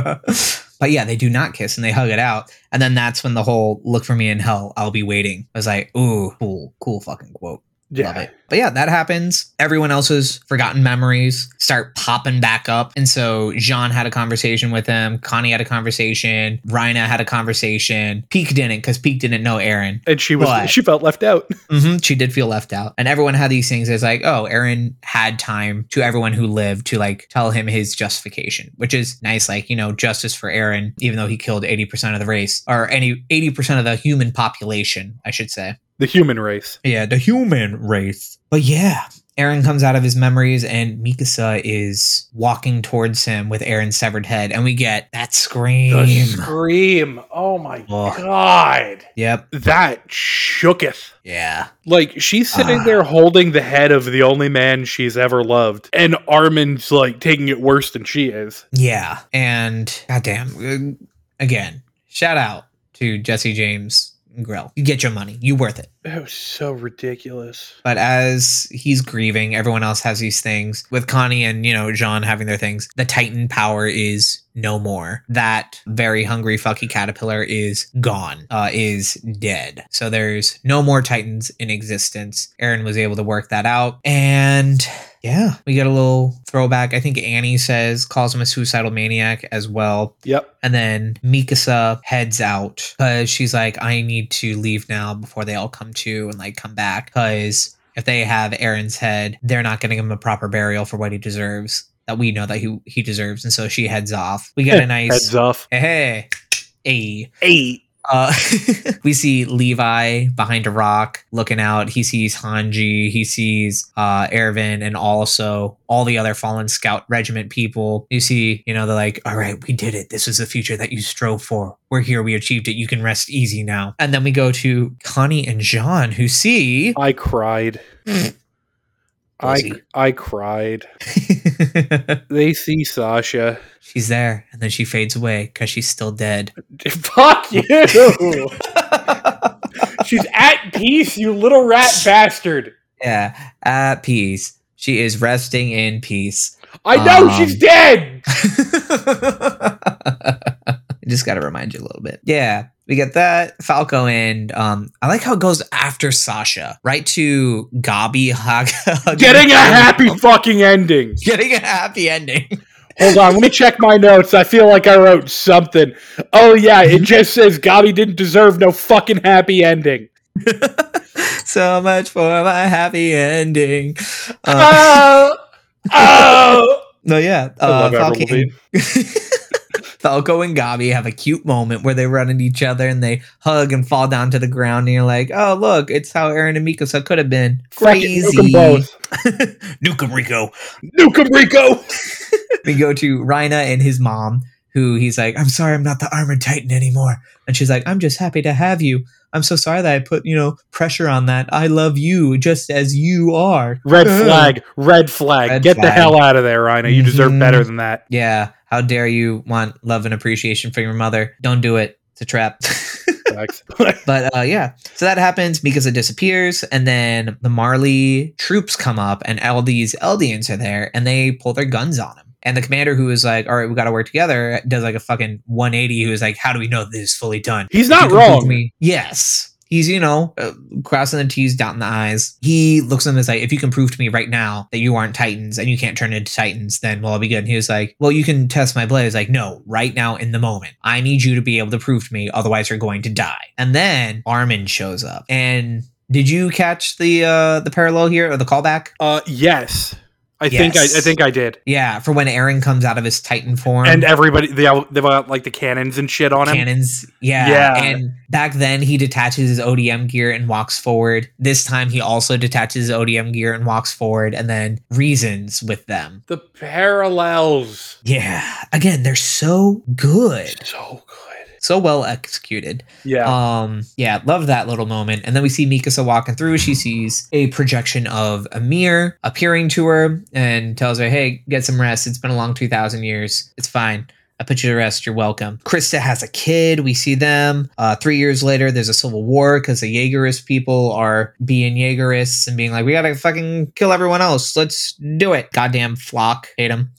A: but yeah, they do not kiss and they hug it out. And then that's when the whole look for me in hell, I'll be waiting. I was like, ooh, cool, cool fucking quote. [LAUGHS] Love
B: yeah,
A: it. But yeah, that happens. Everyone else's forgotten memories start popping back up. And so Jean had a conversation with him. Connie had a conversation. Rhina had a conversation. Peek didn't because Peek didn't know Aaron.
B: and she was
A: But-
B: she felt left out.
A: hmm she did feel left out. And everyone had these things. It's like, oh, Aaron had time to everyone who lived to like tell him his justification, which is nice. Like, you know, justice for Aaron, even though he killed 80% of the race or any 80% of the human population, I should say.
B: The human race.
A: Yeah, the human race. But yeah, Aaron comes out of his memories and Mikasa is walking towards him with Aaron's severed head, and we get that
B: The
A: scream.
B: scream. Oh my
A: Ugh.
B: god.
A: Yep.
B: That shooketh.
A: Yeah.
B: Like she's sitting
A: Ah.
B: there holding the head of the only man she's ever loved, and Armin's like taking it worse than she is.
A: Yeah. And goddamn, uh, again, shout out to Jesse James Grill. You get your money. You worth it.
B: It was so ridiculous.
A: But as he's grieving, everyone else has these things. With Connie and, you know, Jean having their things, the Titan power is no more. That very hungry, fucky caterpillar is gone, uh, is dead. So there's no more Titans in existence. Aaron was able to work that out. And yeah, we get a little throwback. I think Annie says, calls him a suicidal maniac as well.
B: Yep.
A: And then Mikasa heads out because she's like, I need to leave now before they all come to and like come back. Because if they have Aaron's head, they're not getting him a proper burial for what he deserves that we know that he, he deserves. And so she heads off. We get a nice,
B: Heads off.
A: hey, hey, hey.
B: Eight.
A: Uh, [LAUGHS] we see Levi behind a rock looking out. He sees Hanji, he sees uh, Ervin, and also all the other fallen scout regiment people. You see, you know, they're like, all right, we did it. This is the future that you strove for. We're here. We achieved it. You can rest easy now. And then we go to Connie and John, who see. [LAUGHS]
B: I cried. I
A: Pussy.
B: I cried. They see Sasha.
A: She's there, and then she fades away because she's still dead.
B: [LAUGHS] Fuck you. [LAUGHS] She's at peace, you little rat bastard.
A: yeah, at peace. She is resting in peace.
B: I know
A: Um,
B: she's dead.
A: I just got to remind you a little bit. Yeah, we get that Falco and um, I like how it goes after Sasha, right to Gabi [LAUGHS] Haga
B: Getting a happy fucking ending.
A: getting a happy ending. [LAUGHS]
B: Hold on, let me check my notes. I feel like I wrote something. Oh yeah, it just says Gabi didn't deserve no fucking happy ending.
A: so much for my happy ending.
B: [LAUGHS]
A: Uh,
B: Oh, oh.
A: no, yeah,
B: I
A: uh,
B: love Avril
A: Falco, and,
B: Lavigne.
A: Falco and Gabi have a cute moment where they run into each other and they hug and fall down to the ground, and you're like, "Oh, look, it's how Aaron and Mikasa could have been."
B: Fucking nuke 'em
A: Crazy.
B: both.
A: [LAUGHS] Nuke 'em, Rico.
B: Nuke 'em, Rico.
A: we go to Rhina and his mom, who he's like, I'm sorry, I'm not the armored titan anymore. And she's like, I'm just happy to have you. I'm so sorry that I put, you know, pressure on that. I love you just as you are.
B: [LAUGHS] Red flag. Red flag.
A: Red
B: Get the
A: flag.
B: hell out of there, Rhino. You deserve
A: Mhm.
B: better than that.
A: Yeah. How dare you want love and appreciation from your mother? Don't do it. It's a trap. [LAUGHS]
B: Facts.
A: but uh, yeah, so that happens because it disappears, and then the Marley troops come up, and all these Eldians are there, and they pull their guns on him. And the commander, who is like, "All right, we got to work together," does like a fucking 180. Who is like, "How do we know this is fully done?"
B: [LAUGHS] He's
A: You
B: not
A: can prove
B: wrong.
A: Me. Yes. He's, you know, uh, crossing the T's, dotting the I's. He looks at him and is like, if you can prove to me right now that you aren't Titans and you can't turn into Titans, then well, I'll be good. And he was like, well, you can test my blade. He's like, no, right now in the moment. I need you to be able to prove to me, otherwise you're going to die. And then Armin shows up. And did you catch the uh the parallel here or the callback?
B: Uh, yes. I think I, I
A: Yes.
B: think I did.
A: Yeah, for when Aaron comes out of his Titan form.
B: And everybody, they all- they've got like the cannons and shit on him.
A: cannons. Yeah.
B: Yeah.
A: And back then he detaches his ODM gear and walks forward. This time he also detaches his ODM gear and walks forward and then reasons with them.
B: The parallels.
A: Yeah. Again, they're so good.
B: So good.
A: So well executed.
B: Yeah.
A: Um, yeah, love that little moment. And then we see Mikasa walking through. She sees a projection of Amir appearing to her and tells her, Hey, get some rest. It's been a long 2,000 years. It's fine. I put you to rest. You're welcome. Krista has a kid. We see them. Uh, three years later, there's a civil war because the Jaegerist people are being Jaegerists and being like, we got to fucking kill everyone else. Let's do it. Goddamn flock. Hate them.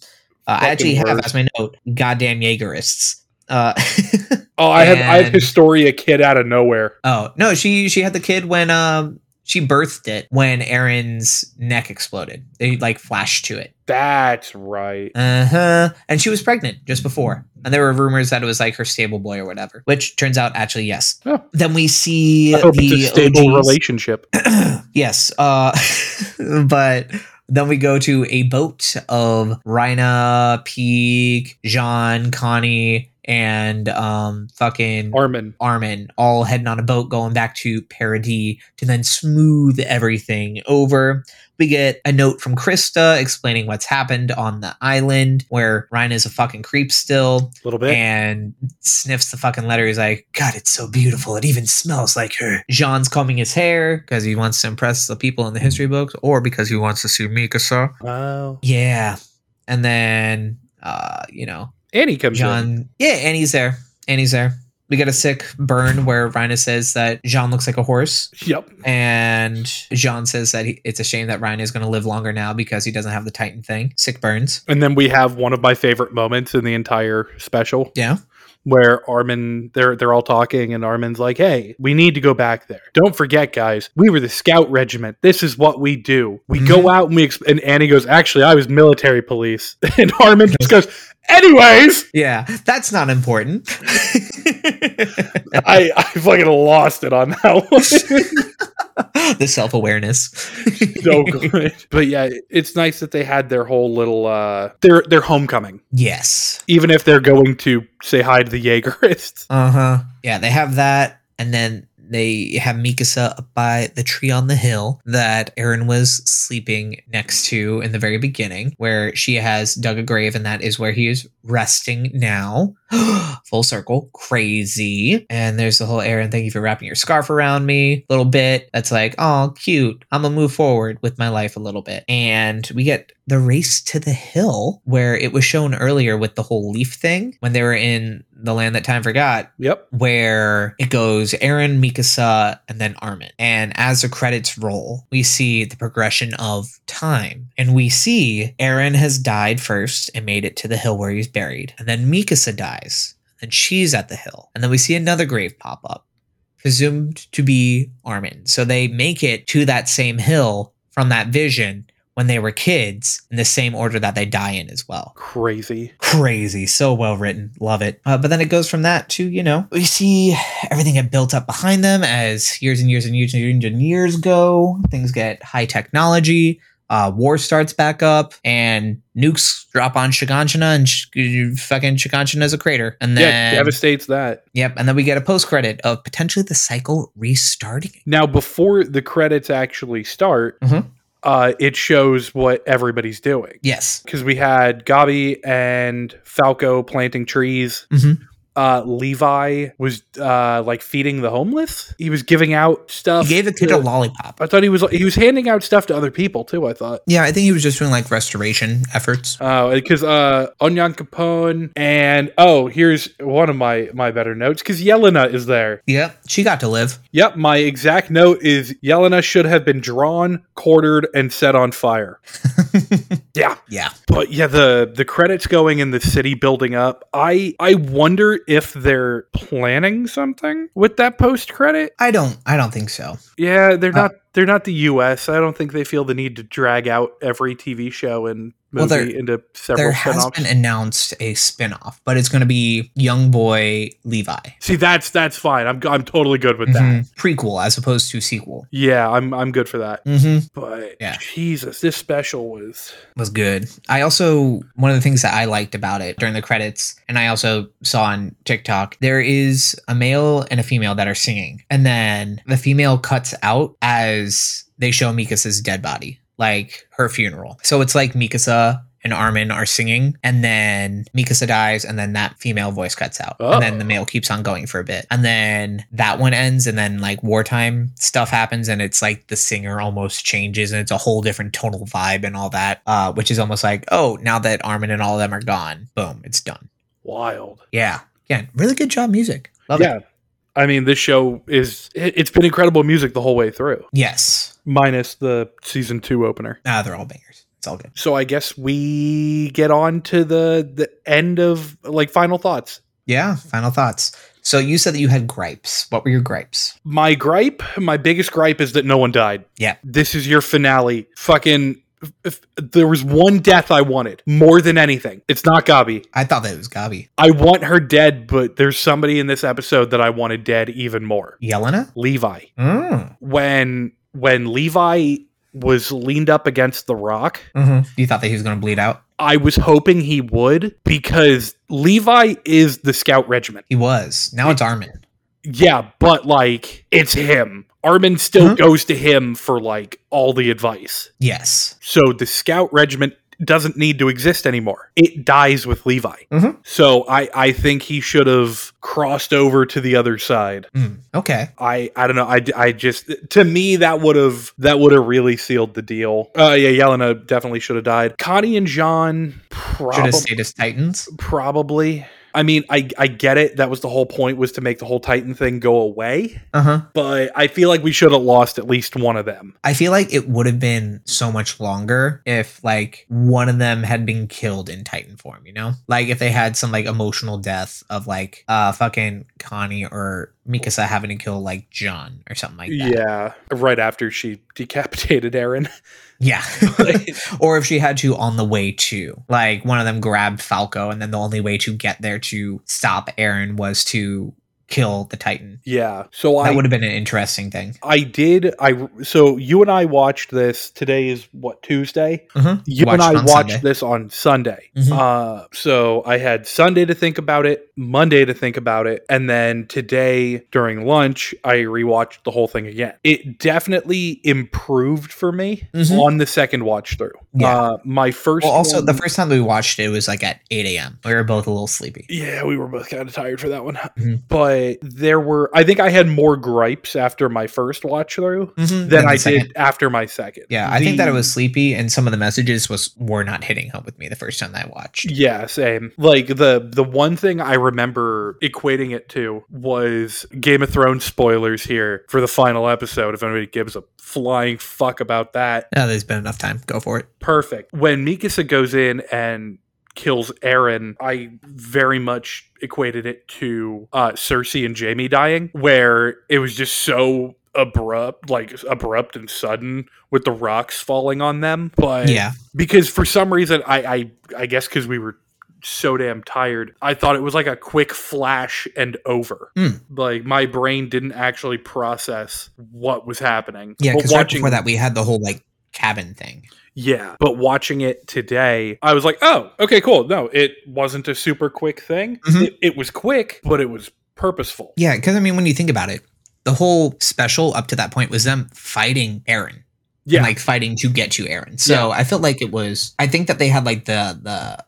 A: Uh, I
B: Fucking
A: actually have
B: worst.
A: as my note, goddamn Jaegerists. Uh, [LAUGHS]
B: oh, I have I have
A: and-
B: Historia kid out of nowhere.
A: Oh no, she she had the kid when um she birthed it when Aaron's neck exploded. They like flashed to it.
B: That's right.
A: Uh huh. And she was pregnant just before, and there were rumors that it was like her stable boy or whatever. Which turns out actually yes.
B: Oh.
A: Then we see
B: I hope
A: the
B: it's a stable
A: OGs.
B: relationship.
A: [CLEARS THROAT] [LAUGHS] yes. Uh, [LAUGHS] but then we go to a boat of Rhina, Peak, Jean, Connie, and um fucking
B: Armin.
A: Armin all heading on a boat going back to Paradis to then smooth everything over. We get a note from Krista explaining what's happened on the island where Ryan is a fucking creep still
B: A little bit.
A: and sniffs the fucking letter. He's like, God, it's so beautiful. It even smells like her. Jean's combing his hair because he wants to impress the people in the history books or because he wants to see Mikasa.
B: wow.
A: Yeah. And then, uh, you know,
B: Annie comes in.
A: John. Yeah, Annie's there. Annie's there. We get a sick burn where Rhina says that Jean looks like a horse,
B: Yep.
A: and Jean says that he, it's a shame that Rhina is going to live longer now because he doesn't have the Titan thing. Sick burns.
B: And then we have one of my favorite moments in the entire special.
A: Yeah.
B: Where Armin they're they're all talking and Armin's like, "Hey, we need to go back there. Don't forget, guys. We were the scout regiment. This is what we do. We
A: Mm-hmm.
B: go out and we exp-, and Annie goes, "Actually, I was military police." [LAUGHS] and Armin just goes, "Anyways,
A: Yeah, that's not important. [LAUGHS]
B: [LAUGHS] I I fucking lost it on that one."
A: the self awareness.
B: so good. But yeah, it's nice that they had their whole little uh their their homecoming.
A: [LAUGHS] yes.
B: Even if they're going to say hi to the Jaegerists.
A: Uh huh. Yeah, they have that, and then they have Mikasa up by the tree on the hill that Aaron was sleeping next to in the very beginning, where she has dug a grave, and that is where he is resting now. [GASPS] Full circle, crazy. And there's the whole Aaron, thank you for wrapping your scarf around me little bit. That's like, oh, cute. I'm gonna move forward with my life a little bit. And we get the race to the hill where it was shown earlier with the whole leaf thing when they were in the land that time forgot
B: Yep.
A: where it goes Aaron, Mikasa, and then Armin. And as the credits roll, we see the progression of time. And we see Aaron has died first and made it to the hill where he's buried. And then Mikasa dies. And she's at the hill. And then we see another grave pop up, presumed to be Armin. So they make it to that same hill from that vision when they were kids in the same order that they die in as well
B: Crazy.
A: crazy so well written love it uh, but then it goes from that to you know we see everything get built up behind them as years and years and years and years, and years go things get high technology uh, war starts back up and nukes drop on Shiganshina and sh- fucking Shiganshina is a crater and
B: yeah,
A: then
B: devastates that.
A: yep and then we get a post credit of potentially the cycle restarting
B: Now, before the credits actually start,
A: Mhm.
B: uh, it shows what everybody's doing.
A: yes
B: Because we had Gabi and Falco planting trees.
A: Mhm.
B: Uh, Levi was uh, like feeding the homeless. He was giving out stuff.
A: he gave the kid a
B: to-
A: lollipop
B: I thought he was he was handing out stuff to other people too. I thought.
A: yeah I think he was just doing like restoration efforts
B: Oh, because uh, Onion Capone and oh, here's one of my my better notes because Yelena is there.
A: yep she got to live
B: Yep, my exact note is Yelena should have been drawn, quartered, and set on fire. yeah,
A: Yeah.
B: But yeah, the the credits going and the city building up. I I wonder if they're planning something with that post credit.
A: I don't I don't think so
B: Yeah, they're
A: Uh,
B: not. They're not the U.S. I don't think they feel the need to drag out every TV show and
A: Well,
B: movie
A: there-
B: into several
A: there has
B: spin-offs.
A: been announced a spin-off but it's going to be young boy levi
B: See, that's that's fine. I'm I'm totally good with that.
A: Mhm. prequel as opposed to sequel
B: Yeah, I'm I'm good for that.
A: mm-hmm.
B: But
A: Yeah.
B: Jesus, this special was
A: was good i also one of the things that i liked about it during the credits and i also saw on tiktok there is a male and a female that are singing and then the female cuts out as they show mikasa's dead body like her funeral so it's like mikasa and Armin are singing, and then Mikasa dies, and then that female voice cuts out,
B: Oh.
A: and then the male keeps on going for a bit, and then that one ends, and then like wartime stuff happens, and it's like the singer almost changes, and it's a whole different tonal vibe and all that, uh, which is almost like oh, now that Armin and all of them are gone, boom, it's done.
B: wild.
A: Yeah, yeah, really good job, music. Love
B: yeah.
A: it.
B: I mean, this show is it, it's been incredible music the whole way through,
A: Yes,
B: minus the season two opener.
A: ah, they're all bangers. It's all good.
B: So I guess we get on to the the end of like final thoughts.
A: Yeah. Final thoughts. So you said that you had gripes. What were your gripes?
B: My gripe, my biggest gripe is that no one died.
A: Yeah.
B: This is your finale. Fucking if, if there was one death I wanted more than anything. It's not Gabi.
A: I thought that it was Gabi.
B: I want her dead, but there's somebody in this episode that I wanted dead even more.
A: Yelena.
B: Levi.
A: Mm.
B: When when Levi was leaned up against the rock,
A: Mm-hmm. You thought that he was going to bleed out.
B: I was hoping he would because Levi is the scout regiment.
A: He was. Now it's Armin.
B: Yeah, but like it's him. Armin still
A: Mhm.
B: goes to him for like all the advice.
A: Yes.
B: So the scout regiment doesn't need to exist anymore. It dies with Levi.
A: Mhm.
B: So I I think he should have crossed over to the other side.
A: Mm, okay.
B: I I don't know. I, I just to me that would have that would have really sealed the deal. Uh yeah, Yelena definitely should have died. Connie and John
A: Should
B: probably
A: have stayed as Titans.
B: probably. I mean, I I get it. That was the whole point was to make the whole Titan thing go away,
A: Uh huh.
B: but I feel like we should have lost at least one of them.
A: I feel like it would have been so much longer if like one of them had been killed in Titan form, you know? Like if they had some like emotional death of like uh fucking Connie or Mikasa having to kill like John or something like that.
B: Yeah, right after she decapitated Aaron. [LAUGHS]
A: Yeah. [LAUGHS] or if she had to on the way to, like one of them grabbed Falco, and then the only way to get there to stop Aaron was to kill the Titan.
B: Yeah. So I
A: That would have been an interesting thing.
B: I did. I so you and I watched this. Today is what Tuesday.
A: Uh-huh.
B: You
A: Watched
B: and I
A: on
B: watched
A: Sunday.
B: this on Sunday.
A: Mhm.
B: Uh, so I had Sunday to think about it, Monday to think about it, and then today during lunch I rewatched the whole thing again. It definitely improved for me
A: Mhm.
B: on the second watch through.
A: Yeah.
B: Uh, my first.
A: Well, also
B: one-
A: the first time we watched it was like at 8 a.m. We were both a little sleepy.
B: Yeah, we were both kind of tired for that one.
A: Mhm.
B: But there were, I think I had more gripes after my first watch through
A: Mhm.
B: than
A: And the
B: I
A: second-
B: did after my second.
A: Yeah, I think that
B: The-
A: I was sleepy, and some of the messages was were not hitting home with me the first time I watched.
B: Yeah, same. Like the the one thing I remember equating it to was Game of Thrones spoilers here for the final episode. If anybody gives a flying fuck about that,
A: Now there's been enough time. Go for it.
B: perfect. When Mikasa goes in and kills Aaron, I very much equated it to uh, Cersei and Jamie dying, where it was just so abrupt, like abrupt and sudden, with the rocks falling on them. But
A: yeah,
B: because for some reason I I, I guess because we were so damn tired, I thought it was like a quick flash and over.
A: Hmm.
B: Like my brain didn't actually process what was happening.
A: yeah.
B: But
A: Because right before that, we had the whole like cabin thing.
B: yeah, but watching it today, I was like, oh, okay, cool. No, it wasn't a super quick thing.
A: Mhm.
B: It, it was quick, but it was purposeful.
A: Yeah, because I mean, when you think about it, the whole special up to that point was them fighting Aaron.
B: Yeah.
A: and, like fighting to get to Aaron. So I felt like it was. I think that they had like the the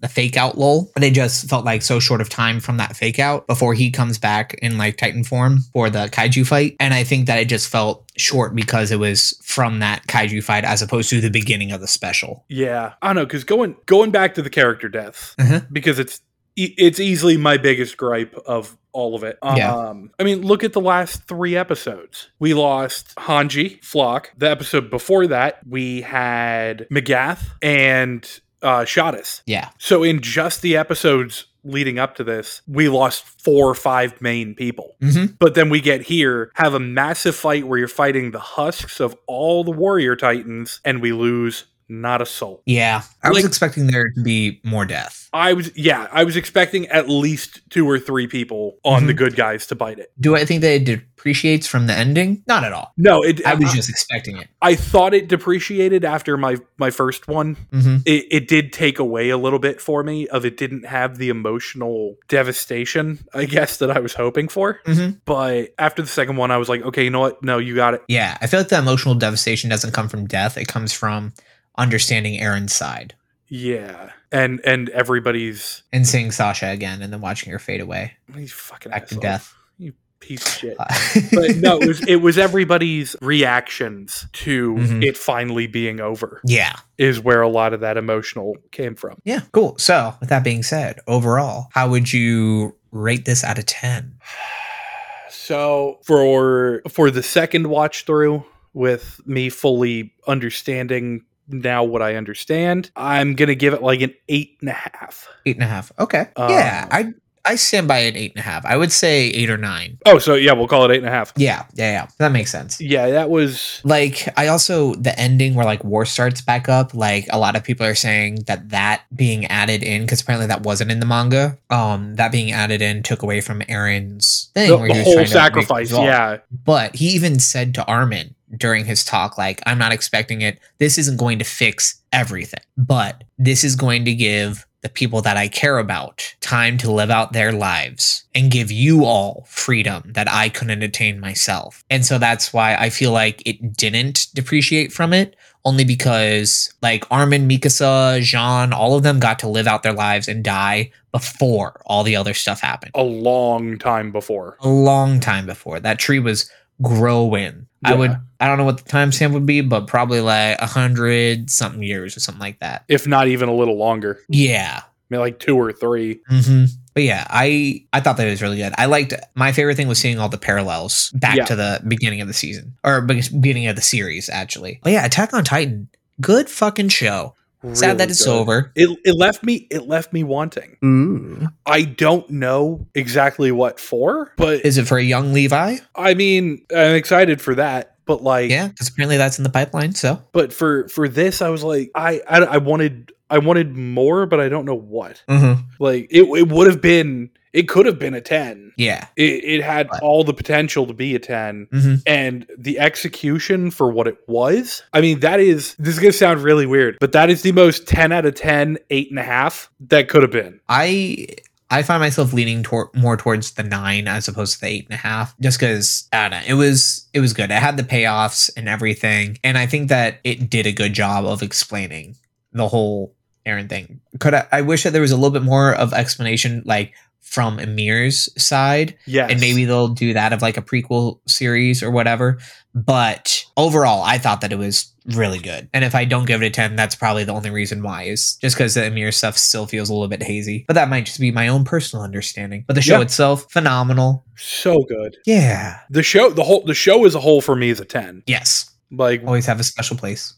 A: the fake out lull. They just felt like so short of time from that fake out before he comes back in like Titan form for the kaiju fight. And I think that it just felt short because it was from that kaiju fight as opposed to the beginning of the special.
B: Yeah, I don't know because going going back to the character deaths
A: Uh-huh.
B: because it's e- it's easily my biggest gripe of all of it. Um,
A: Yeah.
B: I mean, look at the last three episodes. We lost Hanji Flock. The episode before that, we had McGath and uh, Shadis.
A: Yeah.
B: So in just the episodes leading up to this, we lost four or five main people.
A: Mm-hmm.
B: But then we get here, have a massive fight where you're fighting the husks of all the warrior titans, and we lose not a soul.
A: Yeah, I was
B: Like-
A: expecting there to be more death.
B: I was yeah, I was expecting at least two or three people on
A: Mhm.
B: the good guys to bite it.
A: Do I think that it depreciates from the ending? Not at all.
B: No, it,
A: I
B: I,
A: was just expecting it.
B: I thought it depreciated after my my first one.
A: Mm-hmm.
B: It, it did take away a little bit for me of it didn't have the emotional devastation, I guess, that I was hoping for.
A: Mm-hmm.
B: But after the second one, I was like, okay, you know what? No, you got it.
A: Yeah, I feel like the emotional devastation doesn't come from death. It comes from understanding Aaron's side
B: Yeah, and and everybody's
A: and seeing Sasha again and then watching her fade away
B: he's fucking
A: back to
B: asshole.
A: death.
B: piece of shit.
A: Uh,
B: but no, it was it was everybody's reactions to
A: Mhm.
B: it finally being over.
A: [LAUGHS] yeah.
B: is where a lot of that emotional came from. [SIGHS]
A: Yeah, cool. So, with that being said, overall, how would you rate this out of 10?
B: So for for the second watch through with me fully understanding now what I understand, I'm gonna give it like an eight and a half.
A: Eight and a half. Okay.
B: Uh,
A: yeah, I I stand by an eight and a half. I would say eight or nine.
B: Oh, so yeah, we'll call it eight and a half.
A: Yeah, yeah, yeah. That makes sense.
B: Yeah, that was
A: Like, I also, the ending where like war starts back up, like a lot of people are saying that that being added in, because apparently that wasn't in the manga, um, that being added in took away from Aaron's thing.
B: the,
A: where
B: the
A: he was
B: whole
A: trying to make
B: sacrifice.
A: resolve.
B: Yeah,
A: But he even said to Armin during his talk, like, I'm not expecting it. This isn't going to fix everything, but this is going to give the people that I care about time to live out their lives and give you all freedom that I couldn't attain myself. And so that's why I feel like it didn't depreciate from it. Only because, like, Armin, Mikasa, Jean, all of them got to live out their lives and die before all the other stuff happened
B: a long time before.
A: a long time before. That tree was growing. I
B: Yeah.
A: would I don't know what the timestamp would be, but probably like a hundred something years or something like that.
B: If not even a little longer. I
A: Yeah.
B: mean like two or three.
A: hmm But yeah, I I thought that it was really good. I liked my favorite thing was seeing all the parallels back
B: Yeah.
A: to the beginning of the season or be- beginning of the series actually. But yeah, Attack on Titan, good fucking show. Sad that
B: Really
A: it's
B: good.
A: over.
B: It it left me it left me wanting.
A: Ooh.
B: I don't know exactly what for, but
A: Is it for a young Levi?
B: I mean, I'm excited for that, but like,
A: Yeah, because apparently that's in the pipeline. So
B: but for for this, I was like, I I, Mm-hmm. I wanted I wanted more, but I don't know what. Like, it it would have been It could have been a 10.
A: Yeah.
B: It, it had
A: Right.
B: all the potential to be a 10.
A: Mhm.
B: And the execution for what it was, I mean, that is, this is going to sound really weird, but that is the most 10 out of 10, eight and a half that could have been.
A: I I find myself leaning tor- more towards the nine as opposed to the eight and a half, just because I don't know. It was it was good. It had the payoffs and everything, and I think that it did a good job of explaining the whole Aaron thing. Could I, I wish that there was a little bit more of explanation, like from Amir's side,
B: Yes.
A: and maybe they'll do that of like a prequel series or whatever. But overall, I thought that it was really good. And if I don't give it a 10, that's probably the only reason why is just because the Amir stuff still feels a little bit hazy. But that might just be my own personal understanding. But the show
B: Yeah.
A: itself, phenomenal.
B: so good.
A: Yeah.
B: The show, the whole, the show as a whole for me is a 10.
A: Yes. [LAUGHS]
B: Like,
A: Always have a special place.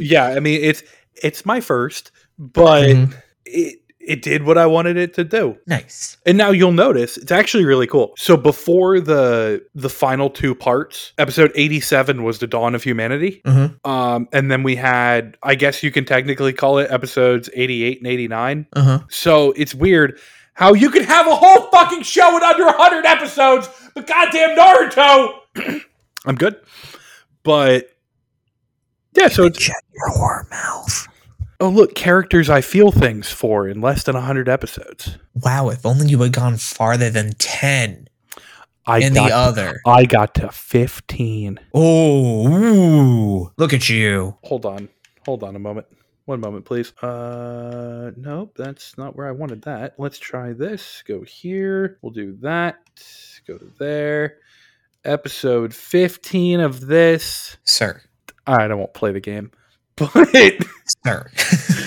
B: yeah, I mean, it's, it's my first, but
A: Mhm.
B: it, it did what I wanted it to do.
A: Nice.
B: And now you'll notice it's actually really cool. So before the the final two parts, episode 87 was the dawn of humanity.
A: Mhm.
B: Um and then we had I guess you can technically call it episodes 88 and 89.
A: Uh huh.
B: So it's weird how you could have a whole fucking show in under 100 episodes, but goddamn Naruto. [CLEARS THROAT] I'm good. But yeah, so it's,
A: Shut your whore mouth.
B: oh look, characters I feel things for in less than 100 episodes.
A: Wow, if only you had gone farther than 10
B: I
A: in the
B: got
A: other.
B: I got to 15.
A: Oh, ooh. look at you.
B: hold on hold on a moment one moment please uh nope that's not where i wanted that let's try this go here we'll do that go to there episode 15 of this
A: Sir.
B: all right i won't play the game [LAUGHS] but [LAUGHS]
A: Sir. [LAUGHS]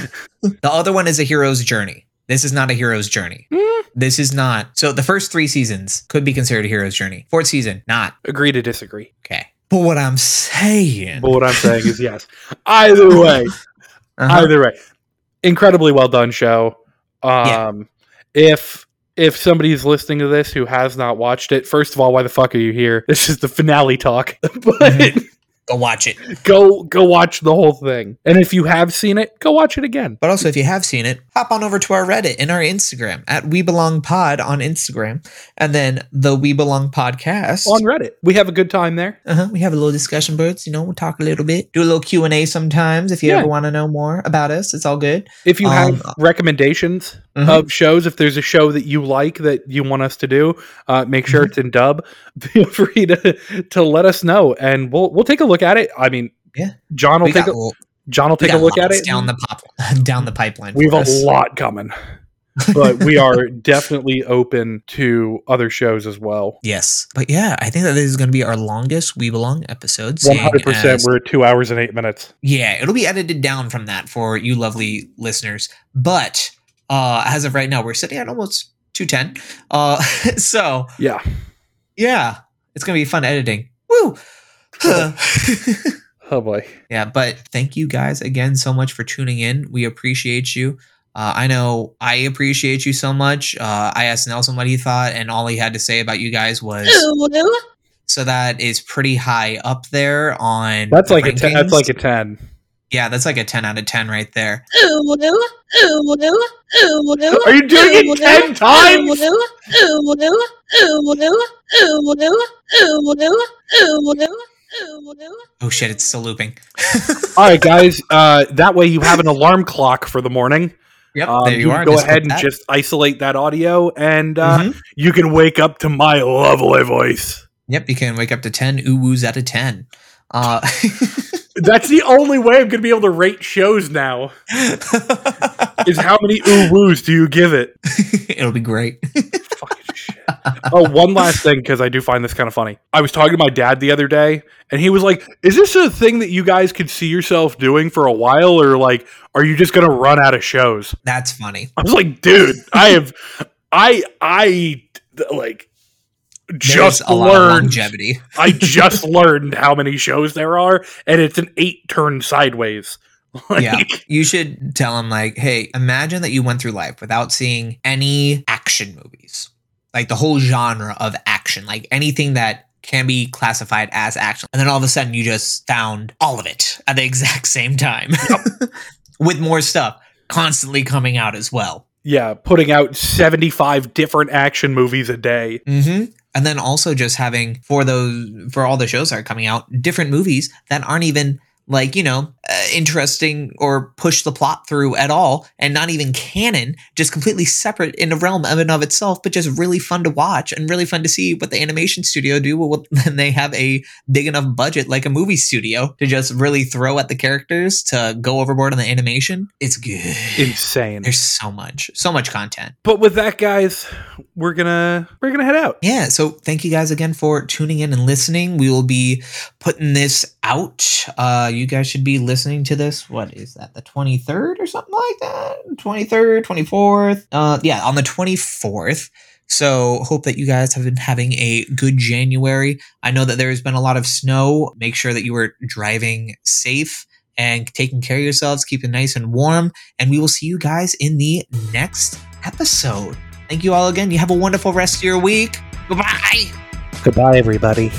A: the other one is a hero's journey. This is not a hero's journey.
B: Mm.
A: This is not. So the first three seasons could be considered a hero's journey. Fourth season, not.
B: agree to disagree
A: Okay. But what I'm saying.
B: but what i'm saying is yes [LAUGHS] either way
A: Uh-huh.
B: either way incredibly well done show
A: Yeah.
B: um if if somebody's listening to this who has not watched it first of all why the fuck are you here this is the finale talk [LAUGHS] but
A: Mhm. Go watch it.
B: go go watch the whole thing and if you have seen it go watch it again
A: But also, if you have seen it, hop on over to our Reddit and our Instagram at We Belong Pod on Instagram, and then the We Belong Podcast
B: on reddit we have a good time there
A: Uh-huh. We have a little discussion birds, you know, we'll talk a little bit. Do a little Q&A sometimes if you
B: Yeah.
A: ever want to know more about us. It's all good.
B: if you have
A: Um,
B: recommendations
A: Mhm.
B: of shows if there's a show that you like that you want us to do uh, make
A: Mm-hmm.
B: sure it's in dub [LAUGHS] feel free to to let us know and we'll we'll take a look at it i mean
A: Yeah.
B: john will
A: we
B: take
A: got,
B: a, john will
A: we
B: take a
A: got
B: look at
A: lots
B: it
A: down the pop, [LAUGHS] down the pipeline.
B: we have
A: for
B: a
A: us.
B: lot coming but
A: [LAUGHS]
B: we are definitely open to other shows as well
A: Yes, but yeah, I think that this is going to be our longest We Belong episode. seeing
B: 100%
A: as-
B: we're at two hours and eight minutes
A: yeah, it'll be edited down from that for you lovely listeners. But uh, as of right now, we're sitting at almost 210. Uh, [LAUGHS] so
B: yeah
A: yeah, it's going to be fun editing. Woo! [LAUGHS]
B: oh boy
A: Yeah, but thank you guys again so much for tuning in. We appreciate you. Uh, I know I appreciate you so much. Uh, I asked Nelson what he thought, and all he had to say about you guys
C: [LAUGHS]
A: was
C: Ooh,
A: so that is pretty high up there on.
B: That's
A: the
B: like a ten, that's
A: rankings.
B: like a ten.
A: yeah, that's like a ten out of ten right there.
C: ooh, ooh, ooh, ooh.
B: Are you doing it
C: Ooh,
B: ten times?
C: Ooh, ooh, ooh, ooh, ooh, ooh, ooh, ooh, ooh, ooh.
A: Oh shit, it's still looping.
B: All right, guys. Uh, that way you have an alarm clock for the morning.
A: Yep,
B: Um,
A: there you,
B: can
A: are.
B: Go
A: Just
B: ahead
A: click
B: and
A: that.
B: just isolate that audio, and uh,
A: Mhm.
B: you can wake up to my lovely voice.
A: Yep, you can wake up to ten ooh woos out of ten. Uh, [LAUGHS]
B: That's the only way I'm gonna be able to rate shows now. Is how many ooh woos do you give it?
A: It'll be great. [LAUGHS]
B: Fucking shit. oh, one last thing because I do find this kind of funny. I was talking to my dad the other day, and he was like, "Is this a thing that you guys could see yourself doing for a while, or like, are you just gonna run out of shows?"
A: That's funny.
B: I was like, "Dude, I have, I, I like." Just
A: There's a lot of
B: learned.
A: longevity. [LAUGHS]
B: I just learned how many shows there are, and it's an eight turn sideways. [LAUGHS] Like,
A: Yeah. You should tell him like, hey, imagine that you went through life without seeing any action movies, like the whole genre of action, like anything that can be classified as action. And then all of a sudden, you just found all of it [LAUGHS] at the exact same time, with more stuff constantly coming out as well.
B: yeah, putting out 75 different action movies a day.
A: hmm And then also just having for those for all the shows that are coming out, different movies that aren't even like you know uh, interesting or push the plot through at all, and not even canon, just completely separate in a realm of and of itself, but just really fun to watch and really fun to see what the animation studio do when [LAUGHS] when they have a big enough budget like a movie studio to just really throw at the characters to go overboard on the animation. It's good.
B: Insane.
A: There's so much, so much content.
B: But with that guys, we're going to we're going to head out.
A: yeah so thank you guys again for tuning in and listening we will be putting this out uh you guys should be listening to this what is that the 23rd or something like that 23rd 24th uh yeah on the 24th so hope that you guys have been having a good january i know that there has been a lot of snow make sure that you are driving safe and taking care of yourselves keeping nice and warm and we will see you guys in the next 哎 episode Thank you all again. You have a wonderful rest of your week. Goodbye.
E: Goodbye, everybody.